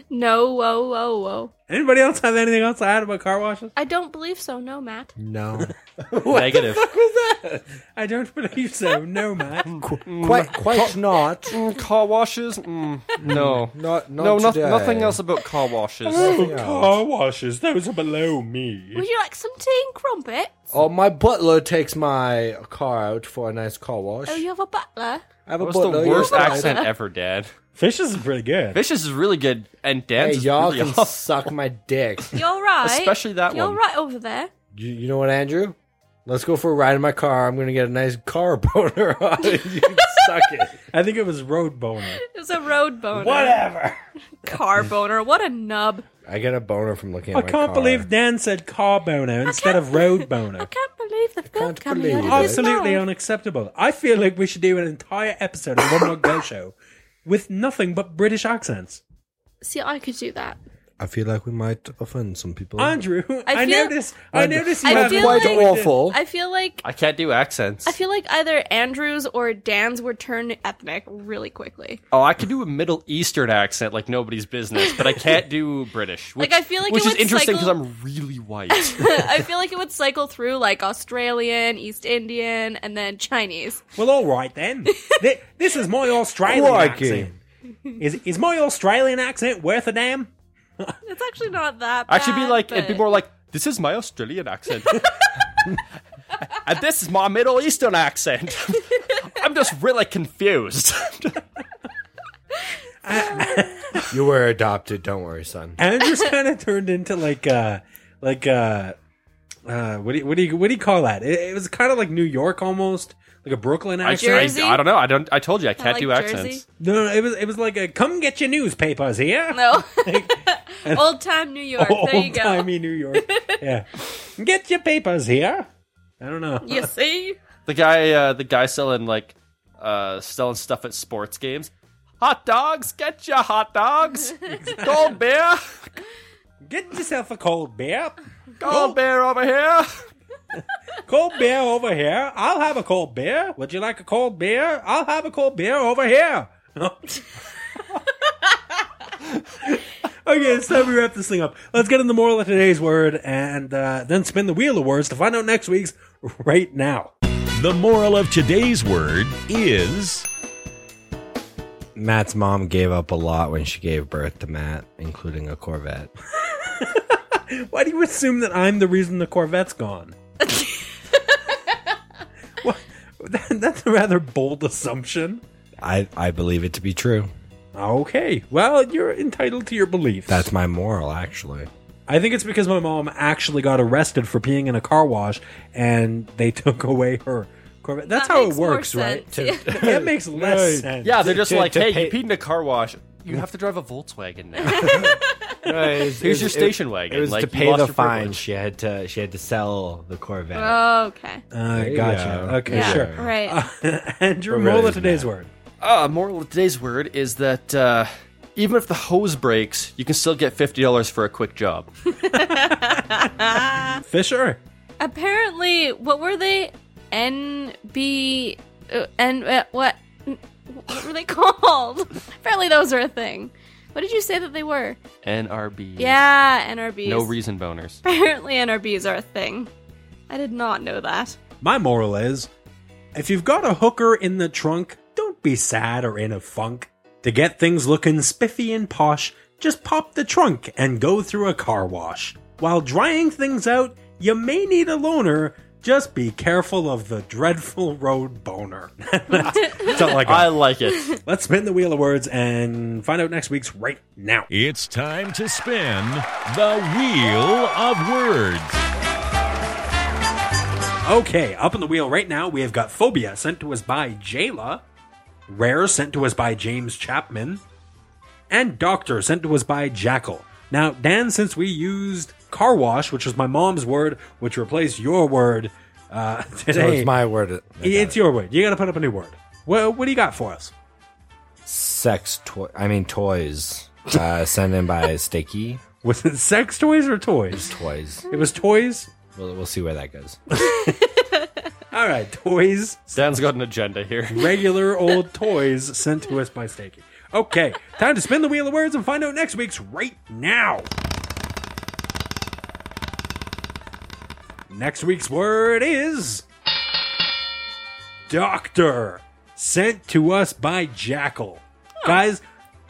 Speaker 1: No, whoa, whoa, whoa.
Speaker 2: Anybody else have anything else to add about car washes?
Speaker 1: I don't believe so, no, Matt.
Speaker 3: No.
Speaker 5: Negative.
Speaker 2: What was that? I don't believe so. No, Matt.
Speaker 3: quite quite not.
Speaker 5: Mm, car washes? Mm, no.
Speaker 3: Not, not
Speaker 5: no, noth-
Speaker 3: today.
Speaker 5: nothing else about car washes.
Speaker 3: Nothing else.
Speaker 2: washes. Those are below me.
Speaker 1: Would you like some tea and crumpet?
Speaker 3: Oh, my butler takes my car out for a nice car wash.
Speaker 1: Oh, you have a butler?
Speaker 3: I have a
Speaker 5: What's the
Speaker 3: butler,
Speaker 5: worst
Speaker 3: yes, I-
Speaker 5: accent ever, Dad?
Speaker 2: Fish is pretty good.
Speaker 5: Vicious is really good, and
Speaker 3: Hey,
Speaker 5: Dan's is
Speaker 3: y'all
Speaker 5: really
Speaker 3: can
Speaker 5: awful.
Speaker 3: suck my dick.
Speaker 1: You're right.
Speaker 5: Especially that
Speaker 1: You're
Speaker 5: one.
Speaker 1: right over there.
Speaker 3: You, you know what, Andrew? Let's go for a ride in my car. I'm going to get a nice car boner on. it. you can suck it.
Speaker 2: I think it was road boner.
Speaker 1: It was a road boner.
Speaker 2: Whatever.
Speaker 1: Car boner. What a nub.
Speaker 3: I get a boner from looking at
Speaker 2: I
Speaker 3: my
Speaker 2: can't
Speaker 3: car.
Speaker 2: believe Dan said car boner instead of road
Speaker 1: I
Speaker 2: boner.
Speaker 1: can't believe the film
Speaker 3: can't
Speaker 1: coming
Speaker 3: believe
Speaker 1: out of Oh,
Speaker 3: it.
Speaker 1: his mouth.
Speaker 2: Absolutely unacceptable. I feel like we should do an entire episode of One More Go Show with nothing but British accents.
Speaker 1: See, I could do that.
Speaker 3: I feel like we might offend some people.
Speaker 2: Andrew, I,
Speaker 1: I feel-
Speaker 2: notice. I notice you
Speaker 1: I
Speaker 2: have
Speaker 1: feel
Speaker 3: quite
Speaker 1: like-
Speaker 5: Oh.
Speaker 3: awful.
Speaker 1: I feel like
Speaker 5: I can't do accents.
Speaker 1: I feel like either Andrew's or Dan's would turn ethnic really quickly.
Speaker 5: oh, I could do a Middle Eastern accent like nobody's business, but I can't do British. Which,
Speaker 1: Like, I feel like it
Speaker 5: which is
Speaker 1: would
Speaker 5: interesting because
Speaker 1: cycle-
Speaker 5: I'm really white.
Speaker 1: I feel like it would cycle through like Australian, East Indian, and then Chinese.
Speaker 2: Well, all right then. Th- this is my Australian
Speaker 3: Crikey.
Speaker 2: accent. Is is my Australian accent worth a damn?
Speaker 1: It's actually not that. Bad,
Speaker 5: Actually, be like it'd be
Speaker 1: but-
Speaker 5: more like this is my Australian accent, and this is my Middle Eastern accent. I'm just really confused.
Speaker 3: You were adopted. Don't worry, son.
Speaker 2: Andrew's kind of turned into like uh like uh uh what do you, what do you what do you call that? It, it was kind of like New York almost, like a Brooklyn
Speaker 5: I,
Speaker 2: accent.
Speaker 5: I,
Speaker 1: Jersey?
Speaker 5: I don't know. I don't. I told you I can't
Speaker 1: like
Speaker 5: do
Speaker 1: Jersey?
Speaker 5: accents.
Speaker 2: No, no, it was it was like a come get your newspapers here.
Speaker 1: no old time New York. there you
Speaker 2: old
Speaker 1: go.
Speaker 2: timey New York. yeah, get your papers here. I don't know.
Speaker 1: You see,
Speaker 5: The guy, uh, the guy selling like uh, selling stuff at sports games. Hot dogs, get your hot dogs. Cold beer,
Speaker 2: Get yourself a cold beer.
Speaker 5: cold beer over here.
Speaker 2: Cold beer over here. I'll have a cold beer. Would you like a cold beer? I'll have a cold beer over here. okay, it's time we wrap this thing up. Let's get in the moral of today's word and uh, then spin the wheel of words to find out next week's right now.
Speaker 4: The moral of today's word is
Speaker 3: Matt's mom gave up a lot when she gave birth to Matt, including a Corvette.
Speaker 2: Why do you assume that I'm the reason the Corvette's gone? What? That- That's a rather bold assumption.
Speaker 3: I, I believe it to be true.
Speaker 2: Okay, well, you're entitled to your beliefs.
Speaker 3: That's my moral, actually.
Speaker 2: I think it's because my mom actually got arrested for peeing in a car wash, and they took away her Corvette. That's
Speaker 1: That
Speaker 2: how it
Speaker 1: makes more
Speaker 2: works, right?
Speaker 1: sense.
Speaker 2: that makes less sense.
Speaker 5: Yeah, they're just
Speaker 3: To-
Speaker 5: like,
Speaker 3: to
Speaker 5: hey,
Speaker 3: pay-
Speaker 5: you peed in a car wash. You have to drive a Volkswagen now. Here's your station wagon.
Speaker 3: It was
Speaker 5: Like,
Speaker 3: to
Speaker 5: you
Speaker 3: pay
Speaker 5: lost
Speaker 3: the
Speaker 5: your
Speaker 3: fine.
Speaker 5: privilege.
Speaker 3: She had to. She had to sell the Corvette.
Speaker 1: Oh. okay,
Speaker 2: Uh,
Speaker 3: you
Speaker 2: gotcha.
Speaker 3: go.
Speaker 2: Okay,
Speaker 1: yeah,
Speaker 2: sure.
Speaker 1: right.
Speaker 2: Uh, Andrew,
Speaker 3: We're
Speaker 2: roll
Speaker 3: really
Speaker 2: of today's
Speaker 3: mad.
Speaker 2: word.
Speaker 5: Uh, moral of today's word is that uh, even if the hose breaks, you can still get fifty dollars for a quick job.
Speaker 2: Fisher.
Speaker 1: Apparently, what were they? NB uh, N uh, what? What were they called? Apparently, those are a thing. What did you say that they were?
Speaker 5: NRB.
Speaker 1: Yeah, NRBs.
Speaker 5: No reason boners.
Speaker 1: Apparently, NRBs are a thing. I did not know that.
Speaker 2: My moral is if you've got a hooker in the trunk, don't be sad or in a funk. To get things looking spiffy and posh, just pop the trunk and go through a car wash. While drying things out, you may need a loaner. Just be careful of the dreadful road boner. That's all I got.
Speaker 5: I like it.
Speaker 2: Let's spin the wheel of words and find out next week's right now.
Speaker 4: It's time to spin the wheel of words.
Speaker 2: Okay, up on the wheel right now, we have got Phobia sent to us by Jayla, Rare sent to us by James Chapman, and Doctor sent to us by Jackal. Now, Dan, since we used car wash, which was my mom's word, which replaced your word uh, today,
Speaker 3: So it's my word. I got
Speaker 2: it's
Speaker 3: it.
Speaker 2: your word. You got to put up a new word. Well, what do you got for us?
Speaker 3: sex toy. I mean toys. uh, sent in by Sticky
Speaker 2: Was it sex toys or toys?
Speaker 3: Toys.
Speaker 2: It was toys.
Speaker 3: We'll, we'll see where that goes.
Speaker 2: All right, toys.
Speaker 5: Dan's got an agenda here.
Speaker 2: Regular old toys sent to us by Stakey. Okay, time to spin the wheel of words and find out next week's right now. Next week's word is doctor, sent to us by Jackal. Guys,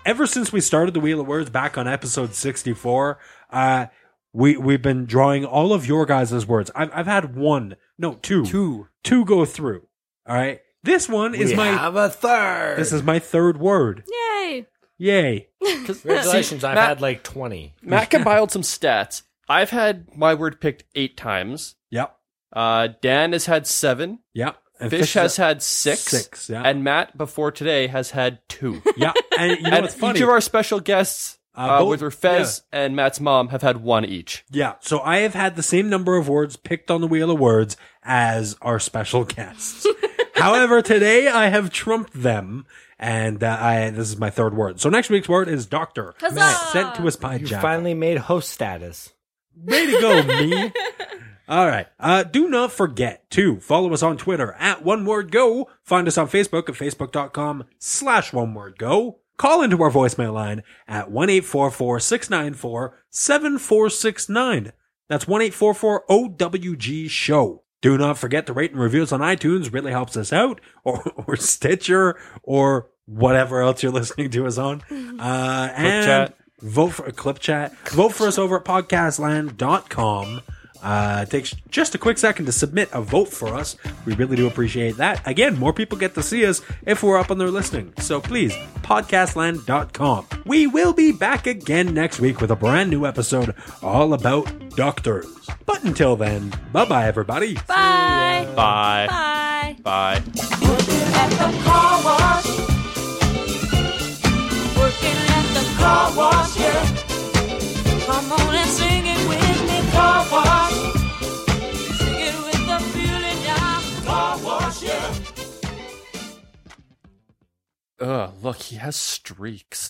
Speaker 2: ever since we started the Wheel of Words back on episode 64, uh, we, we've been drawing all of your guys' words. I've, I've had one, no, two, two, two go through. All right. This one is my,
Speaker 3: a third.
Speaker 2: this is my third word.
Speaker 1: Yay!
Speaker 2: Yay.
Speaker 3: Congratulations! I've
Speaker 5: Matt-
Speaker 3: had like twenty.
Speaker 5: Matt compiled some stats. I've had my word picked eight times.
Speaker 2: Yep.
Speaker 5: Uh, Dan has had seven.
Speaker 2: Yep. And
Speaker 5: Fish, has had six.
Speaker 2: Six, yeah.
Speaker 5: And Matt before today has had two.
Speaker 2: Yeah. And you know
Speaker 5: and
Speaker 2: what's funny?
Speaker 5: each of our special guests,
Speaker 2: Uh,
Speaker 5: uh,
Speaker 2: both-
Speaker 5: which were Fez and Matt's mom, have had one each.
Speaker 2: Yeah, so I have had the same number of words picked on the wheel of words as our special guests. However, today I have trumped them, and uh, I this is my third word. So next week's word is doctor.
Speaker 1: Huzzah!
Speaker 2: Matt, Sent to us by
Speaker 3: You
Speaker 2: Jack.
Speaker 3: finally made host status.
Speaker 2: Way to go, me. All right. Uh, do not forget to follow us on Twitter at One Word Go. Find us on Facebook at facebook.com slash One Word Go. Call into our voicemail line at 1 694 7469. That's 1 OWG Show. Do not forget to rate and review us on iTunes. Really helps us out, or, or Stitcher, or whatever else you're listening to us on. Uh, and
Speaker 5: chat.
Speaker 2: vote for clip chat. Vote for us over at podcastland.com. Uh, it takes just a quick second to submit a vote for us. We really do appreciate that. Again, more people get to see us if we're up on there listening. So please, podcastland.com. We will be back again next week with a brand new episode all about doctors. But until then, bye bye, everybody.
Speaker 1: Bye.
Speaker 5: Bye.
Speaker 1: Bye.
Speaker 5: Bye.
Speaker 7: Working at the car wash. Working at the car wash, yeah. Come on and sing it with me, car wash. Sing it with the feeling, yeah. Car wash, yeah.
Speaker 5: Ugh, look, he has streaks.